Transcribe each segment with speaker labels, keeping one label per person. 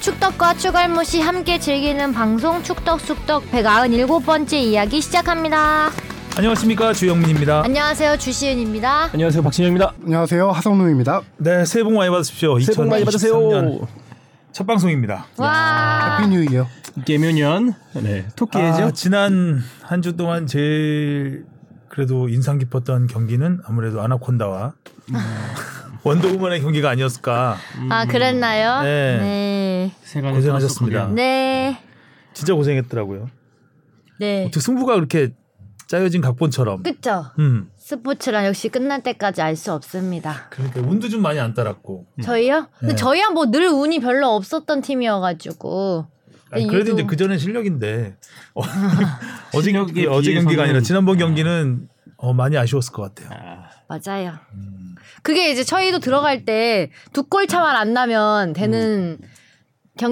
Speaker 1: 추덕과 추갈무시 함께 즐기는 방송 축덕숙덕 197번째 이야기 시작합니다.
Speaker 2: 안녕하십니까 주영민입니다.
Speaker 1: 안녕하세요. 주시은입니다.
Speaker 3: 안녕하세요 박진영입니다.
Speaker 4: 안녕하세요 하성룡입니다.
Speaker 2: 네 새해 복 많이 받으십시오.
Speaker 3: 새해 복 많이
Speaker 2: 2023년
Speaker 3: 받으세요.
Speaker 2: 첫 방송입니다.
Speaker 1: 와.
Speaker 4: 해피 뉴 이어.
Speaker 3: 개묘년 네 토끼예죠.
Speaker 2: 아, 지난 한 주 동안 제일 그래도 인상 깊었던 경기는 아무래도 아나콘다와
Speaker 3: 음.
Speaker 2: 원더우먼의 경기가 아니었을까.
Speaker 1: 아, 그랬나요?
Speaker 2: 음. 네.
Speaker 1: 네.
Speaker 3: 세간에
Speaker 2: 고생하셨습니다.
Speaker 3: 따라서
Speaker 1: 네.
Speaker 2: 진짜 고생했더라고요.
Speaker 1: 네.
Speaker 2: 어떻게 승부가 그렇게 짜여진 각본처럼.
Speaker 1: 그쵸?
Speaker 2: 음.
Speaker 1: 스포츠란 역시 끝날 때까지 알 수 없습니다.
Speaker 2: 그러니까 운도 좀 많이 안 따랐고.
Speaker 1: 저희요? 근데
Speaker 2: 네.
Speaker 1: 저희야 뭐 늘 운이 별로 없었던 팀이어가지고.
Speaker 3: 네,
Speaker 2: 아니,
Speaker 1: 근데
Speaker 2: 그래도
Speaker 1: 유독-
Speaker 2: 이제 그 전에 실력인데 어, 어제
Speaker 3: 실력에
Speaker 2: 경기 어제 경기가
Speaker 3: 비해서는-
Speaker 2: 아니라 지난번 경기는 어, 많이 아쉬웠을 것 같아요.
Speaker 1: 맞아요.
Speaker 2: 음.
Speaker 1: 그게 이제 저희도 들어갈 때 두 골 차만 안 나면 되는
Speaker 2: 음.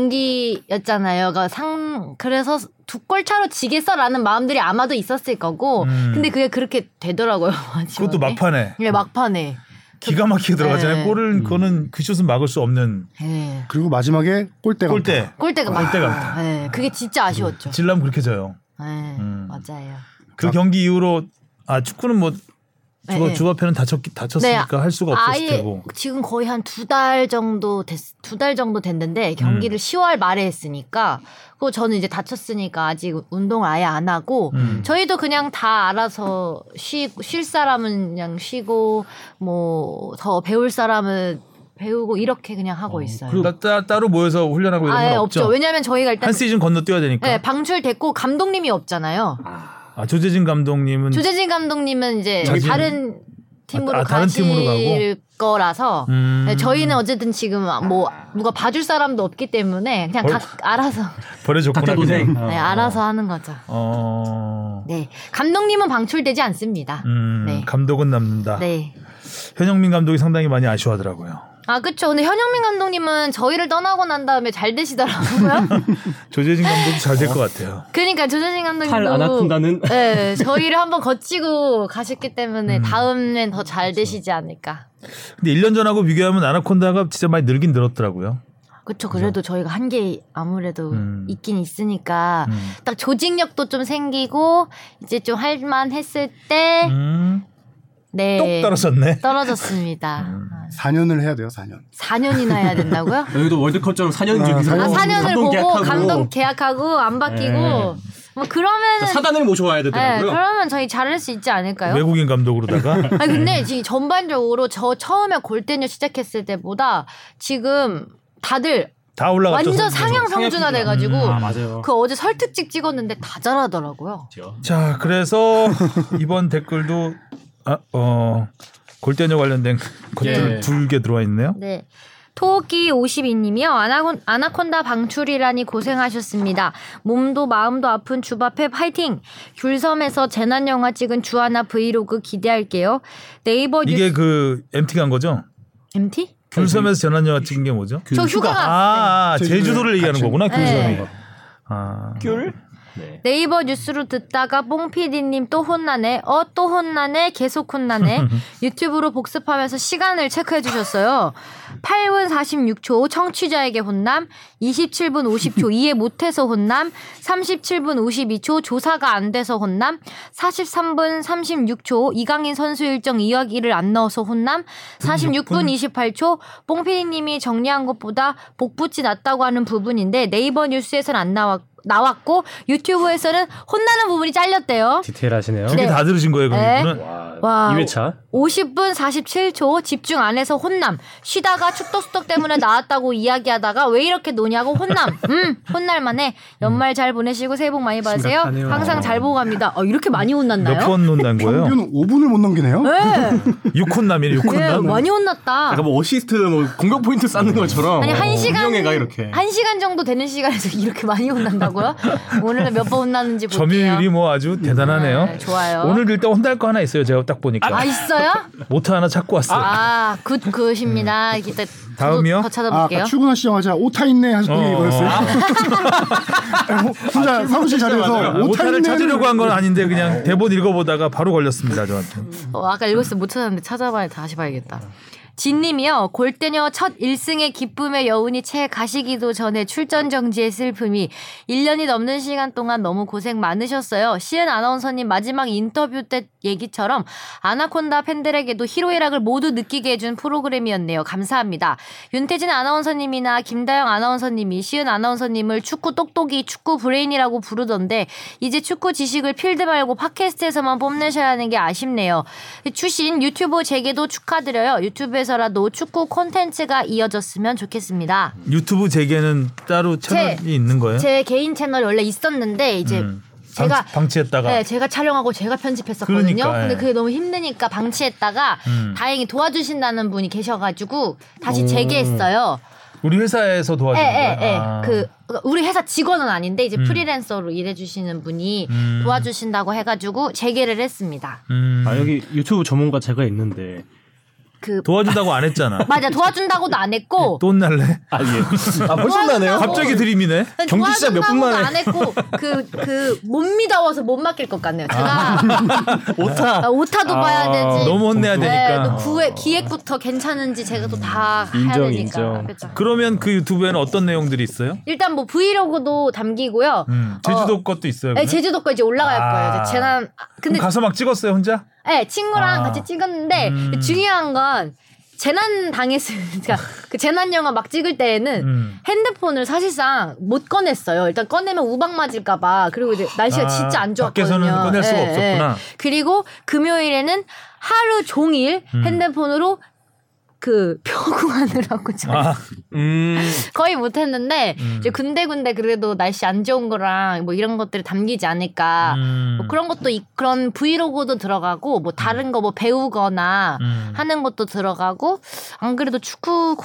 Speaker 1: 경기였잖아요. 그러니까 상 그래서 두 골 차로 지겠어라는 마음들이 아마도 있었을 거고,
Speaker 2: 음.
Speaker 1: 근데 그게 그렇게 되더라고요. 마지막에.
Speaker 2: 그것도 막판에
Speaker 1: 예, 막판에.
Speaker 2: 기가 막히게 들어가잖아요.
Speaker 1: 네.
Speaker 2: 골은 그거는 그 슛은 막을 수 없는
Speaker 1: 예.
Speaker 4: 그리고 마지막에
Speaker 1: 네,
Speaker 4: 골대
Speaker 2: 골대.
Speaker 1: 골대가 막.
Speaker 2: 골대가 많다.
Speaker 1: 예, 그게 진짜 아쉬웠죠.
Speaker 2: 질람 그렇게 져요.
Speaker 1: 예,
Speaker 2: 음.
Speaker 1: 맞아요.
Speaker 2: 그 경기 이후로 아 축구는 뭐 주바
Speaker 1: 네.
Speaker 2: 주바페는 다쳤 다쳤으니까 할 수가 없었을
Speaker 1: 아예
Speaker 2: 테고.
Speaker 1: 지금 거의 한 두 달 정도 됐, 두 달 정도 됐는데
Speaker 2: 음.
Speaker 1: 경기를 10월 말에 했으니까 그거 저는 이제 다쳤으니까 아직 운동을 아예 안 하고
Speaker 2: 음.
Speaker 1: 저희도 그냥 다 알아서 쉬, 쉴 사람은 그냥 쉬고 뭐 더 배울 사람은 배우고 이렇게 그냥 하고 있어요.
Speaker 2: 따, 따, 따로 모여서 훈련하고 이런
Speaker 1: 아예
Speaker 2: 건
Speaker 1: 없죠.
Speaker 2: 없죠.
Speaker 1: 왜냐하면 저희가 일단
Speaker 2: 한 시즌 건너뛰어야 되니까.
Speaker 1: 네, 방출됐고 감독님이 없잖아요.
Speaker 2: 아 조재진 감독님은
Speaker 1: 조재진 감독님은 이제
Speaker 2: 자기는-
Speaker 1: 다른 팀으로
Speaker 2: 네. 아, 다른
Speaker 1: 가실
Speaker 2: 팀으로 가고?
Speaker 1: 거라서
Speaker 2: 음.
Speaker 1: 네, 저희는 어쨌든 지금 뭐 누가 봐줄 사람도 없기 때문에 그냥
Speaker 2: 벌-
Speaker 1: 각 알아서
Speaker 2: 버려줬구나.
Speaker 3: 각자 고생.
Speaker 2: 그냥.
Speaker 3: 어.
Speaker 1: 네, 알아서 하는 거죠.
Speaker 2: 어.
Speaker 1: 네 감독님은 방출되지 않습니다.
Speaker 2: 음,
Speaker 1: 네.
Speaker 2: 감독은 남는다.
Speaker 1: 네.
Speaker 2: 현영민 감독이 상당히 많이 아쉬워하더라고요.
Speaker 1: 아 그쵸. 근데 현영민 감독님은 저희를 떠나고 난 다음에 잘 되시더라고요.
Speaker 2: 조재진 감독이 잘 될 것 같아요.
Speaker 1: 그러니까 조재진
Speaker 3: 팔
Speaker 1: 감독님도
Speaker 3: 아나콘다는
Speaker 1: 네, 저희를 한번 거치고 가셨기 때문에 다음엔 더 잘
Speaker 2: 그렇죠.
Speaker 1: 되시지 않을까.
Speaker 2: 근데 1년 전하고 비교하면 아나콘다가 진짜 많이 늘긴 늘었더라고요.
Speaker 1: 그렇죠. 그래도 저희가 한 게 아무래도
Speaker 2: 음.
Speaker 1: 있긴 있으니까
Speaker 2: 음.
Speaker 1: 딱 조직력도 좀 생기고 이제 좀 할만했을 때
Speaker 2: 음, 똑
Speaker 1: 네.
Speaker 2: 떨어졌네.
Speaker 1: 습니다 아,
Speaker 4: 4년을 해야 돼요 4년.
Speaker 1: 4년이나 해야 된다고요?
Speaker 3: 여기도 월드컵처럼 4년
Speaker 4: 아,
Speaker 3: 주기서
Speaker 1: 아,
Speaker 4: 어,
Speaker 1: 4년을 보고 감독 계약하고 안 바뀌고
Speaker 3: 네.
Speaker 1: 뭐 그러면은
Speaker 3: 그러니까 사단을 모셔와야
Speaker 1: 네,
Speaker 3: 되더라고요.
Speaker 1: 그러면 저희 잘할 수 있지 않을까요?
Speaker 2: 외국인 감독으로다가
Speaker 1: 아니 근데 지금 전반적으로 저 처음에 골대녀 시작했을 때보다 지금 다들
Speaker 2: 다 올라갔죠.
Speaker 1: 완전
Speaker 2: 선수들.
Speaker 1: 상향 성준화 돼가지고
Speaker 2: 음,
Speaker 3: 아 맞아요.
Speaker 1: 그 어제 설특집 찍었는데 다 잘하더라고요.
Speaker 3: 그렇죠.
Speaker 2: 자, 그래서 이번 댓글도 아, 어 골대녀 관련된 것들
Speaker 3: 예.
Speaker 2: 둘개 들어와 있네요.
Speaker 1: 네. 토끼 52님이요. 아나콘, 아나콘다 방출이라니 고생하셨습니다. 몸도 마음도 아픈 주바페 파이팅! 귤섬에서 재난영화 찍은 주하나 브이로그 기대할게요. 네이버
Speaker 2: 이게
Speaker 1: 뉴스.
Speaker 2: 그 MT 간 거죠?
Speaker 1: MT?
Speaker 2: 귤섬에서 재난영화 찍은 게 뭐죠?
Speaker 3: 그
Speaker 1: 저 휴가 갔을 때.
Speaker 2: 아, 아, 제주도를
Speaker 4: 제주도에
Speaker 2: 얘기하는
Speaker 4: 같이-
Speaker 2: 거구나 귤섬이.
Speaker 1: 네.
Speaker 2: 아,
Speaker 3: 귤. 네.
Speaker 1: 네이버 뉴스로 듣다가 뽕피디님 또 혼나네. 어, 또 혼나네. 계속 혼나네. 유튜브로 복습하면서 시간을 체크해 주셨어요. 8분 46초 청취자에게 혼남, 27분 50초 이해 못해서 혼남, 37분 52초 조사가 안 돼서 혼남, 43분 36초 이강인 선수 일정 이야기를 안 넣어서 혼남, 46분 28초 뽕피디님이 정리한 것보다 복붙이 낫다고 하는 부분인데 네이버 뉴스에선 안 나왔 나왔고 유튜브에서는 혼나는 부분이 잘렸대요.
Speaker 3: 디테일하시네요.
Speaker 2: 두개 다 들으신 거예요, 그럼
Speaker 1: 네.
Speaker 2: 이분은?
Speaker 1: 와.
Speaker 3: 2회차
Speaker 1: 50분 47초 집중 안 해서 혼남. 쉬다가 축덕수덕 때문에 나왔다고 이야기하다가 왜 이렇게 노냐고 혼남. 음, 혼날만해. 연말 잘 보내시고 새해 복 많이 받으세요.
Speaker 2: 음. 심각하네요.
Speaker 1: 항상 잘 보고 갑니다. 어, 이렇게 많이 혼났나요?
Speaker 2: 몇 번 논단 거예요?
Speaker 4: 평균 5분을 못 넘기네요.
Speaker 1: 네,
Speaker 2: 6혼남이에요,
Speaker 1: 네,
Speaker 2: 6혼남.
Speaker 1: 많이 혼났다.
Speaker 3: 뭐 어시스트 뭐 공격 포인트 쌓는 것처럼 어,
Speaker 1: 아니 한 시간
Speaker 3: 운영해가 이렇게
Speaker 1: 한 시간 정도 되는 시간에서 이렇게 많이 혼난다고요? 오늘은 몇 번 혼났는지 볼게요.
Speaker 2: 점유율이 뭐 아주 대단하네요.
Speaker 1: 네, 좋아요.
Speaker 2: 오늘 일단 혼날 거 하나 있어요. 제가 딱 보니까
Speaker 1: 아 있어요?
Speaker 2: 모터 하나 찾고 왔어요.
Speaker 1: 아, 굿 굿입니다. 이따 저도
Speaker 2: 음. 다음이요?
Speaker 1: 더
Speaker 4: 아,
Speaker 1: 찾아볼게요.
Speaker 4: 아까 출근하시자마자 오타 있네 하셨던
Speaker 2: 어,
Speaker 4: 게 이거였어요. 아니, 호- 혼자 사무실 자리에서
Speaker 2: 모
Speaker 4: 오타
Speaker 2: 타를
Speaker 4: 있네.
Speaker 2: 아, 찾으려고 네. 한 건 아닌데 그냥 대본 읽어보다가 바로 걸렸습니다 저한테.
Speaker 1: 어, 아까 읽었을 때 못 찾았는데 찾아봐야 다시 봐야겠다. 진님이요. 골대녀 첫 1승의 기쁨의 여운이 채 가시기도 전에 출전 정지의 슬픔이 1년이 넘는 시간 동안 너무 고생 많으셨어요. 시은 아나운서님 마지막 인터뷰 때 얘기처럼 아나콘다 팬들에게도 히로이락을 모두 느끼게 해준 프로그램이었네요. 감사합니다. 윤태진 아나운서님이나 김다영 아나운서님이 시은 아나운서님을 축구 똑똑이 축구 브레인이라고 부르던데 이제 축구 지식을 필드 말고 팟캐스트에서만 뽐내셔야 하는 게 아쉽네요. 출신 유튜브 재개도 축하드려요. 유튜브에서라도 축구 콘텐츠가 이어졌으면 좋겠습니다.
Speaker 2: 유튜브 재개는 따로 채널이 있는 거예요?
Speaker 1: 제 개인 채널 원래 있었는데 이제
Speaker 2: 네. 음. 방,
Speaker 1: 제가
Speaker 2: 방치했다가
Speaker 1: 네, 제가 촬영하고 제가 편집했었거든요.
Speaker 2: 그러니까,
Speaker 1: 근데
Speaker 2: 예.
Speaker 1: 그게 너무 힘드니까 방치했다가
Speaker 2: 음.
Speaker 1: 다행히 도와주신다는 분이 계셔가지고 다시 재개했어요.
Speaker 2: 우리 회사에서 도와준
Speaker 1: 예,
Speaker 2: 거예요.
Speaker 1: 예, 예.
Speaker 2: 아.
Speaker 1: 그 우리 회사 직원은 아닌데 이제
Speaker 2: 음.
Speaker 1: 프리랜서로 일해주시는 분이
Speaker 2: 음.
Speaker 1: 도와주신다고 해가지고 재개를 했습니다.
Speaker 2: 음.
Speaker 5: 아 여기 유튜브 전문가 제가 있는데
Speaker 1: 그
Speaker 2: 도와준다고 안 했잖아.
Speaker 1: 맞아 도와준다고도 안 했고
Speaker 2: 돈 날래?
Speaker 5: 아 예.
Speaker 3: 아 벌써
Speaker 1: 도와준다고-
Speaker 3: 나네요.
Speaker 2: 갑자기 드림이네.
Speaker 3: 경기 시작 몇
Speaker 1: 도와준다고도
Speaker 3: 분 만에.
Speaker 1: 안 했고 그 그 못 믿어워서 못 맡길 것 같네요. 제가
Speaker 5: 오타.
Speaker 1: 아, 오타도 봐야 되지.
Speaker 2: 너무 혼내야
Speaker 1: 네, 또
Speaker 2: 되니까.
Speaker 1: 구획 기획부터 괜찮은지 제가 또 다 해야
Speaker 5: 인정,
Speaker 1: 되니까.
Speaker 5: 인정.
Speaker 1: 그쵸.
Speaker 2: 그러면 그 유튜브에는 어떤 내용들이 있어요?
Speaker 1: 일단 뭐 브이로그도 담기고요.
Speaker 2: 음. 제주도 것도 있어요.
Speaker 1: 어. 네,
Speaker 2: 그러면?
Speaker 1: 제주도 거 이제 올라갈
Speaker 2: 아.
Speaker 1: 거예요. 이제 재난 아, 근데
Speaker 2: 그럼 가서 막 찍었어요 혼자?
Speaker 1: 네, 친구랑
Speaker 2: 아.
Speaker 1: 같이 찍었는데
Speaker 2: 음.
Speaker 1: 중요한 건 재난 당했으니까 그 재난 영화 막 찍을 때에는
Speaker 2: 음.
Speaker 1: 핸드폰을 사실상 못 꺼냈어요. 일단 꺼내면 우박 맞을까봐. 그리고 이제 날씨가
Speaker 2: 아,
Speaker 1: 진짜 안 좋았거든요.
Speaker 2: 밖에서는 꺼낼 수가
Speaker 1: 예, 예.
Speaker 2: 없었구나.
Speaker 1: 그리고 금요일에는 하루 종일
Speaker 2: 음.
Speaker 1: 핸드폰으로 그 표구하느라고 저
Speaker 2: 아,
Speaker 3: 음.
Speaker 1: 거의 못했는데
Speaker 2: 음.
Speaker 1: 이제 군데군데 그래도 날씨 안 좋은 거랑 뭐 이런 것들이 담기지 않을까.
Speaker 2: 음.
Speaker 1: 뭐 그런 것도 이- 그런 브이로그도 들어가고 뭐 다른 거 뭐 배우거나
Speaker 2: 음.
Speaker 1: 하는 것도 들어가고 안 그래도 축구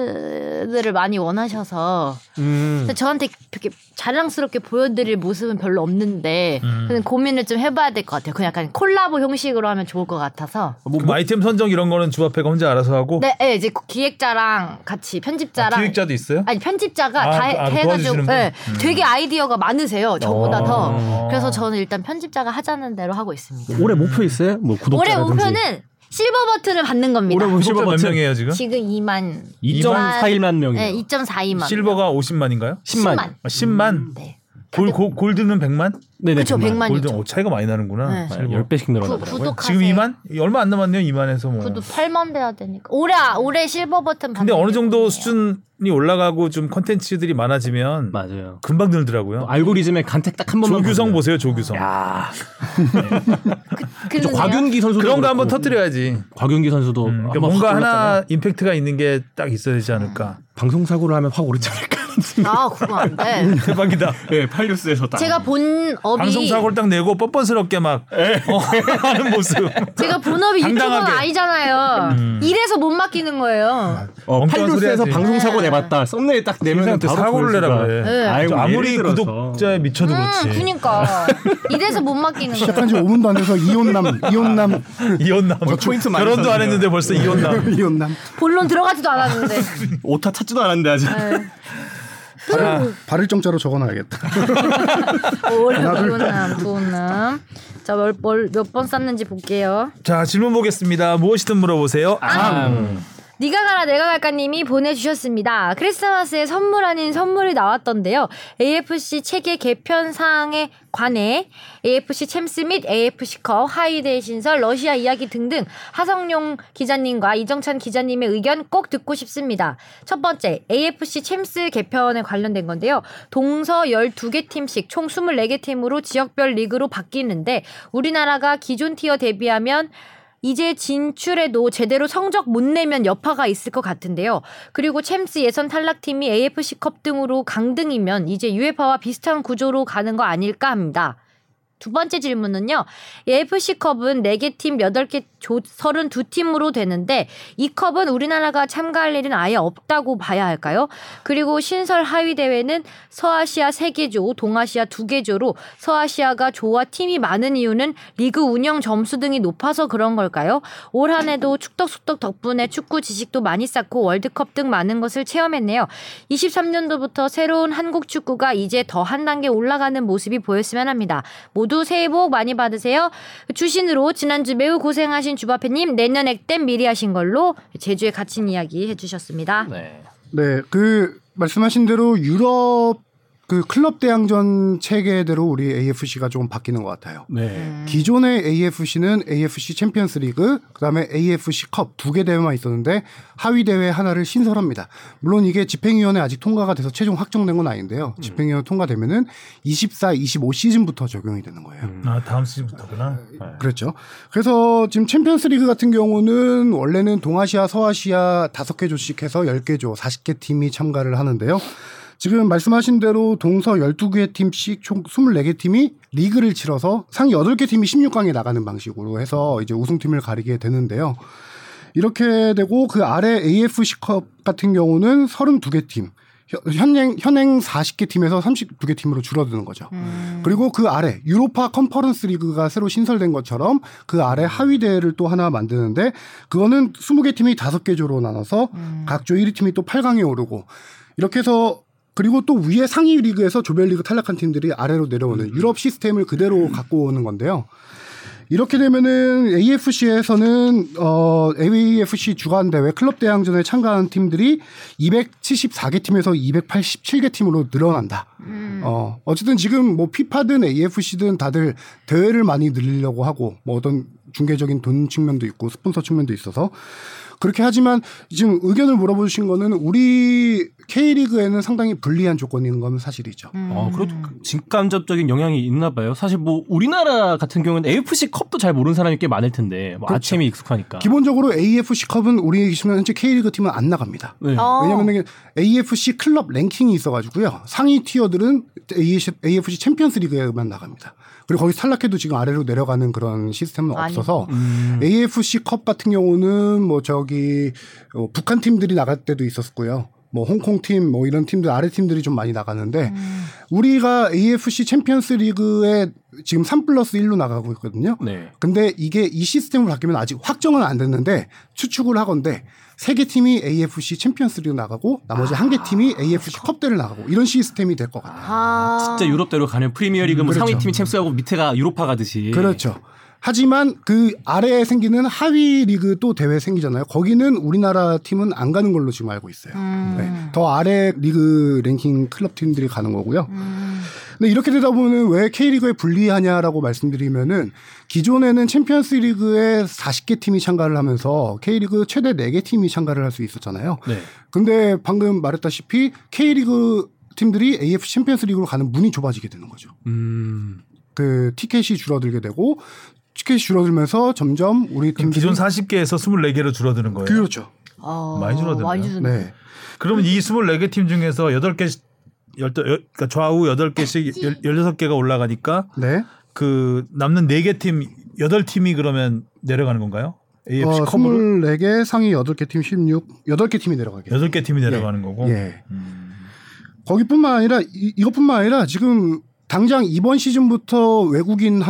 Speaker 1: 콘텐츠들을 많이 원하셔서
Speaker 3: 음.
Speaker 1: 근데
Speaker 2: 음.
Speaker 1: 저한테 이렇게 자랑스럽게 보여드릴 모습은 별로 없는데
Speaker 2: 음.
Speaker 1: 그냥 고민을 좀 해봐야 될 것 같아요. 그냥 약간 콜라보 형식으로 하면 좋을 것 같아서
Speaker 2: 뭐,
Speaker 3: 그
Speaker 2: 뭐 아이템 선정 이런 거는 주합회가 혼자 알아서 하고
Speaker 1: 네, 예, 이제 기획자랑 같이
Speaker 2: 아,
Speaker 1: 편집자랑
Speaker 2: 기획자도 있어요?
Speaker 1: 아니 편집자가
Speaker 2: 아,
Speaker 1: 다
Speaker 2: 아,
Speaker 1: 해- 다 해가지고
Speaker 2: 도와주시는 분?
Speaker 1: 예,
Speaker 2: 음.
Speaker 1: 되게 아이디어가 많으세요. 저보다
Speaker 2: 어.
Speaker 1: 더 그래서 저는 일단 편집자가 하자는 대로 하고 있습니다.
Speaker 5: 올해 목표 있어요? 뭐 구독자
Speaker 1: 올해 목표는 실버 버튼을 받는 겁니다.
Speaker 2: 구독자 몇 명이에요 지금?
Speaker 1: 지금 2만
Speaker 5: 2.41만 명이요.
Speaker 1: 네, 2.42만.
Speaker 2: 실버가 50만인가요?
Speaker 5: 10만.
Speaker 1: 10만.
Speaker 2: 아, 10만?
Speaker 1: 네.
Speaker 2: 골, 골, 골드는 100만?
Speaker 5: 네네.
Speaker 1: 그쵸, 100만.
Speaker 2: 골드
Speaker 1: 이죠.
Speaker 2: 어, 차이가 많이 나는구나.
Speaker 1: 네.
Speaker 2: 실버.
Speaker 5: 10배씩
Speaker 1: 구,
Speaker 5: 늘어나더라고요.
Speaker 1: 구독하세요.
Speaker 2: 지금 2만? 얼마 안 남았네요 2만에서 뭐.
Speaker 1: 구독 8만 돼야 되니까. 올해 아, 올해 실버 버튼 받는
Speaker 2: 근데 어느 정도
Speaker 1: 예정이에요.
Speaker 2: 수준이 올라가고 좀 컨텐츠들이 많아지면
Speaker 5: 맞아요.
Speaker 2: 금방 늘더라고요.
Speaker 5: 알고리즘에 간택 딱 한 번만.
Speaker 2: 조규성
Speaker 5: 보세요.
Speaker 2: 보세요
Speaker 5: 아,
Speaker 2: 조규성.
Speaker 5: 뭐- 야, 저
Speaker 1: 그러네요.
Speaker 5: 곽윤기 선수도
Speaker 2: 그런 거 한번
Speaker 5: 그렇고,
Speaker 2: 터뜨려야지.
Speaker 5: 곽윤기 선수도
Speaker 2: 음, 그러니까
Speaker 5: 한번
Speaker 2: 뭔가
Speaker 5: 확 올랐잖아요.
Speaker 2: 하나 임팩트가 있는 게 딱 있어야 되지 않을까.
Speaker 1: 음,
Speaker 5: 방송 사고를 하면 확 오르지 않을까.
Speaker 1: 아, 그거 안 돼.
Speaker 2: 대박이다.
Speaker 5: 예,
Speaker 3: 네 팔뉴스에서 딱.
Speaker 1: 제가 본 업이
Speaker 2: 방송 사고를 딱 내고 뻔뻔스럽게 막
Speaker 5: 예.
Speaker 2: 어, 하는 모습.
Speaker 1: 제가 본 업이 유튜버는
Speaker 2: 당당하게. 음. 아,
Speaker 1: 아니잖아요. 이래서 못 맡기는 거예요.
Speaker 2: 엉뚱한
Speaker 5: 어, 팔뉴스에서
Speaker 2: 소리 하지.
Speaker 5: 방송 사고 내봤다. 썸네일 딱 내면
Speaker 2: 세상한테
Speaker 5: 바로
Speaker 2: 사고를
Speaker 5: 보일 수가.
Speaker 2: 내라 그래.
Speaker 1: 네.
Speaker 5: 아이고,
Speaker 2: 저 아무리
Speaker 5: 예를 들어서.
Speaker 2: 구독자에 미쳐도
Speaker 1: 음,
Speaker 2: 그렇지.
Speaker 1: 그니까 이래서 못 맡기는
Speaker 4: 시작한
Speaker 1: 거예요.
Speaker 4: 지 5분도 안 돼서 이혼남, 이혼남,
Speaker 2: 이혼남.
Speaker 5: 어,
Speaker 3: 포인트 많이
Speaker 2: 결혼도 안
Speaker 3: 썼네요.
Speaker 2: 했는데 벌써 이혼남.
Speaker 4: 이혼남.
Speaker 1: 본론 들어가지도 않았는데.
Speaker 3: 오타 찾지도 않았는데 아직.
Speaker 5: 네.
Speaker 4: 발을, 발을 정자로 적어놔야겠다.
Speaker 1: 오른남, 두남. 자, 몇번 쌌는지 볼게요.
Speaker 2: 자 질문 보겠습니다. 무엇이든 물어보세요.
Speaker 1: 아. 니가 가라 내가 갈까님이 보내주셨습니다. 크리스마스에 선물 아닌 선물이 나왔던데요. AFC 체계 개편 사항에 관해 AFC 챔스 및 AFC컵 하이데이 신설 러시아 이야기 등등 하성룡 기자님과 이정찬 기자님의 의견 꼭 듣고 싶습니다. 첫 번째 AFC 챔스 개편에 관련된 건데요. 동서 12개 팀씩 총 24개 팀으로 지역별 리그로 바뀌는데 우리나라가 기존 티어 대비하면 이제 진출해도 제대로 성적 못 내면 여파가 있을 것 같은데요. 그리고 챔스 예선 탈락팀이 AFC컵 등으로 강등이면 이제 UEFA와 비슷한 구조로 가는 거 아닐까 합니다. 두 번째 질문은요. AFC컵은 4개 팀, 8개 조 32팀으로 되는데 이 컵은 우리나라가 참가할 일은 아예 없다고 봐야 할까요? 그리고 신설 하위 대회는 서아시아 3개 조, 동아시아 2개 조로 서아시아가 조와 팀이 많은 이유는 리그 운영 점수 등이 높아서 그런 걸까요? 올 한해도 축덕숙덕 덕분에 축구 지식도 많이 쌓고 월드컵 등 많은 것을 체험했네요. 23년도부터 새로운 한국 축구가 이제 더 한 단계 올라가는 모습이 보였으면 합니다. 모두 모두 새해 복 많이 받으세요. 주신으로 지난주 매우 고생하신 주바페님 내년 액땜 미리 하신 걸로 제주에 갇힌 이야기 해주셨습니다.
Speaker 6: 네.
Speaker 4: 네, 그 말씀하신 대로 유럽 그 클럽 대항전 체계대로 우리 AFC가 조금 바뀌는 것 같아요.
Speaker 5: 네.
Speaker 4: 기존의 AFC는 AFC 챔피언스 리그, 그 다음에 AFC 컵 두 개 대회만 있었는데 하위 대회 하나를 신설합니다. 물론 이게 집행위원회 아직 통과가 돼서 최종 확정된 건 아닌데요. 집행위원회 통과되면은 24, 25 시즌부터 적용이 되는 거예요.
Speaker 2: 아 다음 시즌부터구나.
Speaker 4: 그렇죠. 그래서 지금 챔피언스 리그 같은 경우는 원래는 동아시아, 서아시아 다섯 개 조씩 해서 10개 조, 40개 팀이 참가를 하는데요. 지금 말씀하신 대로 동서 12개 팀씩 총 24개 팀이 리그를 치러서 상 8개 팀이 16강에 나가는 방식으로 해서 이제 우승팀을 가리게 되는데요. 이렇게 되고 그 아래 AFC컵 같은 경우는 32개 팀, 현- 현행, 현행 40개 팀에서 32개 팀으로 줄어드는 거죠. 그리고 그 아래 유로파 컨퍼런스 리그가 새로 신설된 것처럼 그 아래 하위 대회를 또 하나 만드는데 그거는 20개 팀이 5개 조로 나눠서 각조 1위 팀이 또 8강에 오르고 이렇게 해서 그리고 또 위에 상위 리그에서 조별리그 탈락한 팀들이 아래로 내려오는 유럽 시스템을 그대로 갖고 오는 건데요. 이렇게 되면은 AFC에서는 어 AFC 주간 대회 클럽 대항전에 참가하는 팀들이 274개 팀에서 287개 팀으로 늘어난다. 어 어쨌든 지금 뭐 피파든 AFC든 다들 대회를 많이 늘리려고 하고 뭐 어떤 중개적인 돈 측면도 있고 스폰서 측면도 있어서 그렇게 하지만 지금 의견을 물어보신 거는 우리 K리그에는 상당히 불리한 조건인 건 사실이죠.
Speaker 5: 어, 그래도 직간접적인 영향이 있나 봐요. 사실 뭐 우리나라 같은 경우는 AFC 컵도 잘 모르는 사람이 꽤 많을 텐데 뭐
Speaker 2: 그렇죠.
Speaker 5: 아침이 익숙하니까.
Speaker 4: 기본적으로 AFC 컵은 우리 지금 현재 K리그 팀은 안 나갑니다.
Speaker 5: 네.
Speaker 1: 어.
Speaker 4: 왜냐면 이게 AFC 클럽 랭킹이 있어가지고요. 상위 티어들은 AFC 챔피언스 리그에만 나갑니다. 그리고 거기 탈락해도 지금 아래로 내려가는 그런 시스템은
Speaker 1: 아니.
Speaker 4: 없어서 AFC 컵 같은 경우는 뭐 저기 어, 북한 팀들이 나갈 때도 있었고요. 뭐 홍콩 팀, 뭐 이런 팀들 아래 팀들이 좀 많이 나가는데 우리가 AFC 챔피언스 리그에 지금 3 플러스 1로 나가고 있거든요.
Speaker 5: 네.
Speaker 4: 근데 이게 이 시스템으로 바뀌면 아직 확정은 안 됐는데 추측을 하건데 세 개 팀이 AFC 챔피언스리그 나가고 나머지 한 개 팀이 AFC 컵대를 나가고 이런 시스템이 될 것 같아요.
Speaker 1: 아.
Speaker 5: 진짜 유럽대로 가면 프리미어리그
Speaker 2: 음,
Speaker 5: 뭐
Speaker 4: 그렇죠.
Speaker 5: 상위 팀이 챔스하고 밑에가 유로파 가듯이.
Speaker 4: 그렇죠. 하지만 그 아래에 생기는 하위 리그 또 대회 생기잖아요. 거기는 우리나라 팀은 안 가는 걸로 지금 알고 있어요.
Speaker 1: 음.
Speaker 4: 네. 더 아래 리그 랭킹 클럽 팀들이 가는 거고요. 근데 이렇게 되다 보면 왜 K리그에 불리하냐라고 말씀드리면은 기존에는 챔피언스 리그에 40개 팀이 참가를 하면서 K리그 최대 4개 팀이 참가를 할 수 있었잖아요.
Speaker 5: 네.
Speaker 4: 근데 방금 말했다시피 K리그 팀들이 AF 챔피언스 리그로 가는 문이 좁아지게 되는 거죠.
Speaker 5: 음.
Speaker 4: 그 티켓이 줄어들게 되고 티켓이 줄어들면서 점점 우리
Speaker 2: 그럼
Speaker 4: 팀
Speaker 2: 기존 40개에서 24개로 줄어드는 거예요.
Speaker 4: 그렇죠.
Speaker 1: 어,
Speaker 2: 많이 줄어드네요.
Speaker 1: 많이 줄어드네.
Speaker 4: 네.
Speaker 2: 그러면 이 24개 팀 중에서 8개 그러니까 좌우 8개씩 16개가 올라가니까
Speaker 4: 네.
Speaker 2: 그 남는 4개 팀 8팀이 그러면 내려가는 건가요? AFC
Speaker 4: 어,
Speaker 2: 컵으로
Speaker 4: 24개 상위 8개 팀 16, 8개 팀이 내려가게.
Speaker 2: 8개 팀이 내려가는 거고.
Speaker 4: 예.
Speaker 2: 음.
Speaker 4: 거기뿐만 아니라 이, 이것뿐만 아니라 지금 당장 이번 시즌부터 외국인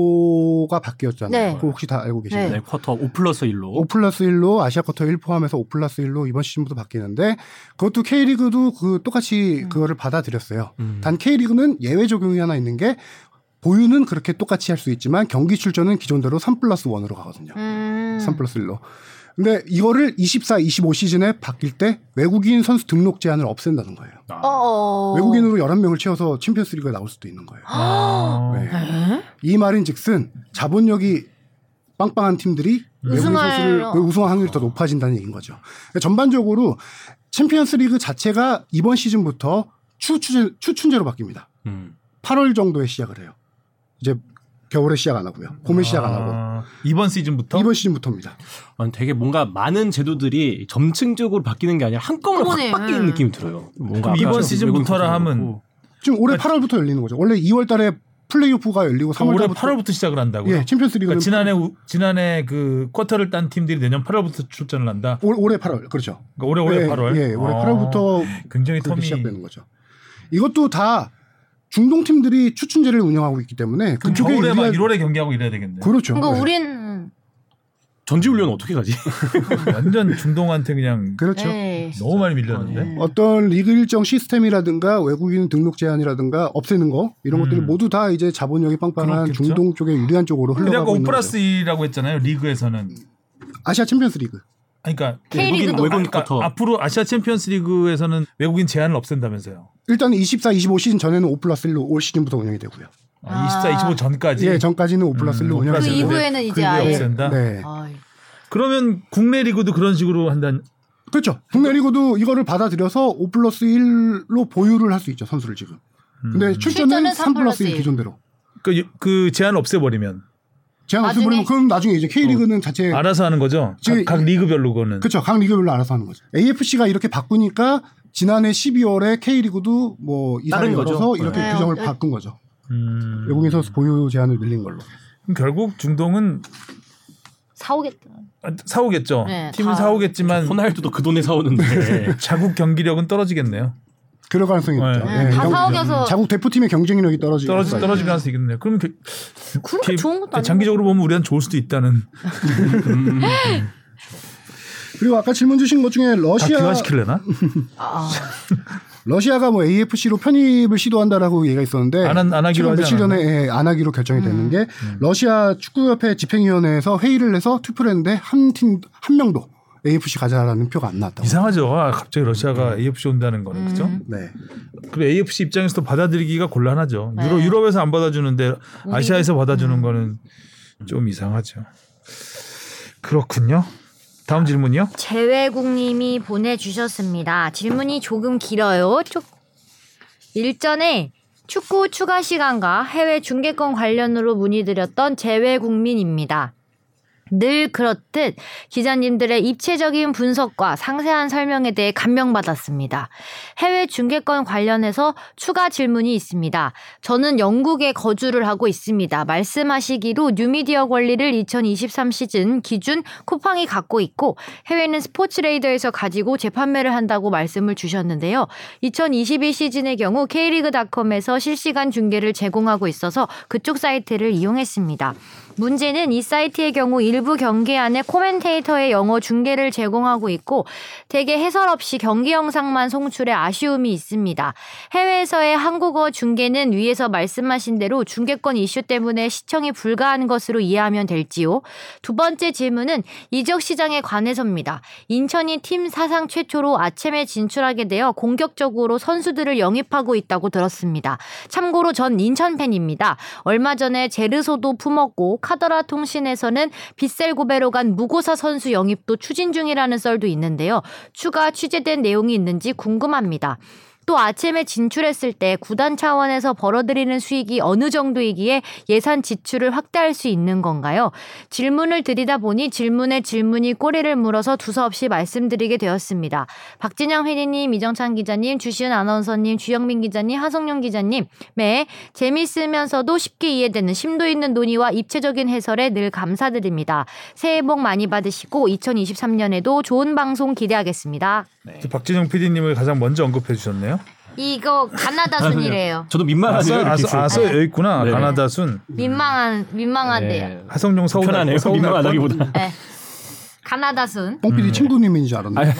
Speaker 4: 한도가 바뀌었잖아요.
Speaker 1: 네.
Speaker 4: 그거 혹시 다 알고 계신가요?
Speaker 1: 네.
Speaker 5: 네, 쿼터 5 플러스 1로.
Speaker 4: 5 플러스 1로 아시아 쿼터 1 포함해서 5 플러스 1로 이번 시즌부터 바뀌는데 그것도 K리그도 그 똑같이
Speaker 1: 음.
Speaker 4: 그거를
Speaker 5: 음.
Speaker 4: 받아들였어요. 단 K리그는 예외 적용이 하나 있는 게 보유는 그렇게 똑같이 할 수 있지만 경기 출전은 기존대로 3 플러스 1으로 가거든요.
Speaker 1: 음.
Speaker 4: 3 플러스 1로. 근데 이거를 24, 25 시즌에 바뀔 때 외국인 선수 등록 제한을 없앤다는 거예요.
Speaker 5: 아,
Speaker 1: 어, 어.
Speaker 4: 외국인으로 11명을 채워서 챔피언스 리그에 나올 수도 있는 거예요.
Speaker 2: 아.
Speaker 4: 네. 이 말인 즉슨 자본력이 빵빵한 팀들이 외국인
Speaker 1: 우승할- 어.
Speaker 4: 선수를 그 우승할 확률이 더 높아진다는 얘기인 거죠. 그러니까 전반적으로 챔피언스 리그 자체가 이번 시즌부터 추추제, 추춘제로 바뀝니다.
Speaker 5: 음.
Speaker 4: 8월 정도에 시작을 해요. 이제 겨울에 시작 안 하고요. 봄에 시작 안 하고.
Speaker 2: 아, 이번 시즌부터
Speaker 4: 이번 시즌부터입니다.
Speaker 5: 아니, 되게 뭔가 많은 제도들이 점층적으로 바뀌는 게 아니라 한꺼번에
Speaker 1: 그러네. 예.
Speaker 5: 확 바뀌는 느낌이 들어요. 뭔가
Speaker 2: 그럼 이번
Speaker 5: 아까
Speaker 2: 시즌부터라
Speaker 5: 외국
Speaker 2: 하면
Speaker 5: 선수들도
Speaker 4: 지금
Speaker 2: 아.
Speaker 4: 올해 8월부터 열리는 거죠. 원래 2월 달에 플레이오프가 열리고
Speaker 2: 그럼
Speaker 4: 3월
Speaker 2: 올해
Speaker 4: 달부터
Speaker 2: 8월부터 시작을 한다고요.
Speaker 4: 예, 챔피언스 리그는
Speaker 2: 그러니까 지난해 우- 지난해 그 쿼터를 딴 팀들이 내년 8월부터 출전을 한다.
Speaker 4: 올, 올해 8월. 그렇죠.
Speaker 2: 그러니까 올해 올해
Speaker 4: 예,
Speaker 2: 8월.
Speaker 4: 예, 올해
Speaker 2: 아,
Speaker 4: 8월부터
Speaker 2: 굉장히
Speaker 4: 그렇게
Speaker 2: 텀이
Speaker 4: 시작되는 거죠. 이것도 다 중동 팀들이 추춘제를 운영하고 있기 때문에
Speaker 2: 그럼
Speaker 4: 그쪽에
Speaker 2: 겨울에 막
Speaker 4: 유리한-
Speaker 2: 1월에 경기하고 이래야 되겠네.
Speaker 4: 그렇죠.
Speaker 1: 그러니까
Speaker 4: 네.
Speaker 1: 우린
Speaker 5: 전지훈련 어떻게 가지?
Speaker 2: 완전 중동한테 그냥
Speaker 4: 그렇죠.
Speaker 1: 네. 예.
Speaker 2: 너무 많이 밀렸는데.
Speaker 5: 네.
Speaker 4: 어떤 리그 일정 시스템이라든가 외국인 등록 제한이라든가 없애는 거 이런 것들이
Speaker 2: 음.
Speaker 4: 모두 다 이제 자본력이 빵빵한
Speaker 2: 그렇겠죠.
Speaker 4: 중동 쪽에 유리한 쪽으로
Speaker 2: 근데 아까
Speaker 4: 흘러가고
Speaker 2: 5
Speaker 4: 있는
Speaker 2: 플러스
Speaker 4: 거죠.
Speaker 2: 2라고 했잖아요. 리그에서는.
Speaker 4: 아시아 챔피언스리그.
Speaker 2: 아니, 그러니까
Speaker 1: K리그도
Speaker 5: 외국인
Speaker 2: 그러니까
Speaker 5: 쿼터.
Speaker 2: 앞으로 아시아 챔피언스 리그에서는 외국인 제한을 없앤다면서요.
Speaker 4: 일단 24, 25 시즌 전에는 5 플러스 1로 올 시즌부터 운영이 되고요.
Speaker 2: 아,
Speaker 1: 아.
Speaker 2: 24, 25 전까지.
Speaker 4: 예, 전까지는 5 플러스 1로
Speaker 2: 음,
Speaker 4: 운영이
Speaker 1: 그
Speaker 2: 그래서
Speaker 4: 되고요.
Speaker 1: 이후에는
Speaker 2: 그
Speaker 1: 이제
Speaker 2: 이후에
Speaker 1: 아예
Speaker 2: 없앤다.
Speaker 4: 네.
Speaker 1: 아이.
Speaker 2: 그러면 국내 리그도 그런 식으로 한다는
Speaker 4: 그렇죠. 국내 리그도 이거를 받아들여서 5 플러스 1로 보유를 할 수 있죠, 선수를 지금. 근데
Speaker 1: 출전은
Speaker 4: 출전은 3 플러스 1
Speaker 1: 1
Speaker 4: 기존대로.
Speaker 2: 음. 그, 그 제한 없애버리면
Speaker 4: 제한 없이
Speaker 1: 나중에-
Speaker 4: 보내면 그럼 나중에 이제 K리그는 자체
Speaker 2: 알아서 하는 거죠.
Speaker 4: 예. 지금
Speaker 2: 각, 각 리그별로 그거는.
Speaker 4: 그렇죠. 각 리그별로 알아서 하는 거죠. AFC가 이렇게 바꾸니까 지난해 12월에 K리그도 뭐 이사를
Speaker 5: 다른 거죠.
Speaker 4: 열어서 이렇게
Speaker 1: 네.
Speaker 4: 규정을
Speaker 1: 네.
Speaker 4: 바꾼 거죠.
Speaker 2: 음.
Speaker 4: 외국인 선수 보유 제한을 늘린 걸로.
Speaker 2: 그럼 결국 중동은
Speaker 1: 사오겠다.
Speaker 2: 사오겠죠.
Speaker 1: 네,
Speaker 2: 팀은
Speaker 1: 다-
Speaker 2: 사오겠지만
Speaker 5: 호날두도 그 돈에 사오는데
Speaker 2: 자국 경기력은 떨어지겠네요.
Speaker 4: 그럴 가능성이
Speaker 2: 네.
Speaker 4: 있죠.
Speaker 1: 네, 다
Speaker 4: 예, 자국-
Speaker 1: 사오겨서
Speaker 4: 자국 대표팀의 경쟁력이
Speaker 5: 예,
Speaker 4: 떨어지고
Speaker 2: 떨어지 떨어질 가능성이 있겠네요. 그럼 그-
Speaker 1: 그렇게 좋은 것도 아니고.
Speaker 2: 장기적으로 보면 우리는 좋을 수도 있다는
Speaker 4: 그리고 아까 질문 주신 것
Speaker 2: 다
Speaker 4: 중에 러시아
Speaker 2: 귀화시킬래나?
Speaker 1: 아,
Speaker 4: 러시아가 뭐 AFC로 편입을 시도한다라고 얘기가 있었는데
Speaker 2: 안 한- 안 하기로 음. 하지
Speaker 4: 최근 며칠 전에 예, 안 하기로 결정이 됐는 게 러시아 축구협회 집행위원회에서 회의를 해서 투표를 했는데 한 팀 한 명도 AFC 가자라는 표가 안 나왔다고.
Speaker 2: 이상하죠. 아, 갑자기 러시아가
Speaker 5: 음.
Speaker 2: AFC 온다는
Speaker 1: 음.
Speaker 2: 거는 그죠?
Speaker 4: 네.
Speaker 2: 그리고 AFC 입장에서도 받아들이기가 곤란하죠.
Speaker 1: 네.
Speaker 2: 유럽
Speaker 1: 음.
Speaker 2: 유럽에서 안 받아주는데 아시아에서 받아주는 거는 좀 이상하죠. 그렇군요. 다음 질문이요.
Speaker 1: 재외국님이 보내주셨습니다. 질문이 조금 길어요. 쭉 일전에 축구 추가 시간과 해외 중계권 관련으로 문의드렸던 재외국민입니다. 늘 그렇듯 기자님들의 입체적인 분석과 상세한 설명에 대해 감명받았습니다. 해외 중계권 관련해서 추가 질문이 있습니다. 저는 영국에 거주를 하고 있습니다. 말씀하시기로 뉴미디어 권리를 2023 시즌 기준 쿠팡이 갖고 있고 해외는 스포츠레이더에서 가지고 재판매를 한다고 말씀을 주셨는데요. 2022 시즌의 경우 K리그닷컴에서 실시간 중계를 제공하고 있어서 그쪽 사이트를 이용했습니다. 문제는 이 사이트의 경우 일부 경기 안에 코멘테이터의 영어 중계를 제공하고 있고 대개 해설 없이 경기 영상만 송출해 아쉬움이 있습니다. 해외에서의 한국어 중계는 위에서 말씀하신 대로 중계권 이슈 때문에 시청이 불가한 것으로 이해하면 될지요. 두 번째 질문은 이적 시장에 관해서입니다. 인천이 팀 사상 최초로 아침에 진출하게 되어 공격적으로 선수들을 영입하고 있다고 들었습니다. 참고로 전 인천 팬입니다. 얼마 전에 제르소도 품었고 카더라 통신에서는 빗셀 고베로 간 무고사 선수 영입도 추진 중이라는 썰도 있는데요. 추가 취재된 내용이 있는지 궁금합니다. 또 아침에 진출했을 때 구단 차원에서 벌어들이는 수익이 어느 정도이기에 예산 지출을 확대할 수 있는 건가요? 질문을 드리다 보니 질문에 질문이 꼬리를 물어서 두서없이 말씀드리게 되었습니다. 박진영 회디님, 이정찬 기자님, 주시은 아나운서님, 주영민 기자님, 하성룡 기자님, 매 재미있으면서도 쉽게 이해되는 심도 있는 논의와 입체적인 해설에 늘 감사드립니다. 새해 복 많이 받으시고 2023년에도 좋은 방송 기대하겠습니다.
Speaker 5: 네.
Speaker 2: 박진영 PD님을 가장 먼저 언급해 주셨네요.
Speaker 1: 이거 가나다 순이래요.
Speaker 5: 저도 민망하네요.
Speaker 2: 아서
Speaker 5: 이렇게
Speaker 2: 아서
Speaker 5: 있으니까.
Speaker 2: 아서 여기 있구나.
Speaker 5: 네.
Speaker 2: 가나다 순
Speaker 1: 음. 민망한 민망한데요.
Speaker 5: 네.
Speaker 2: 하성룡 서울
Speaker 5: 편하네요. 민망하다기보다
Speaker 1: 네. 가나다 순.
Speaker 4: 뽕피디
Speaker 2: 음.
Speaker 4: 친구님인 줄 알았는데.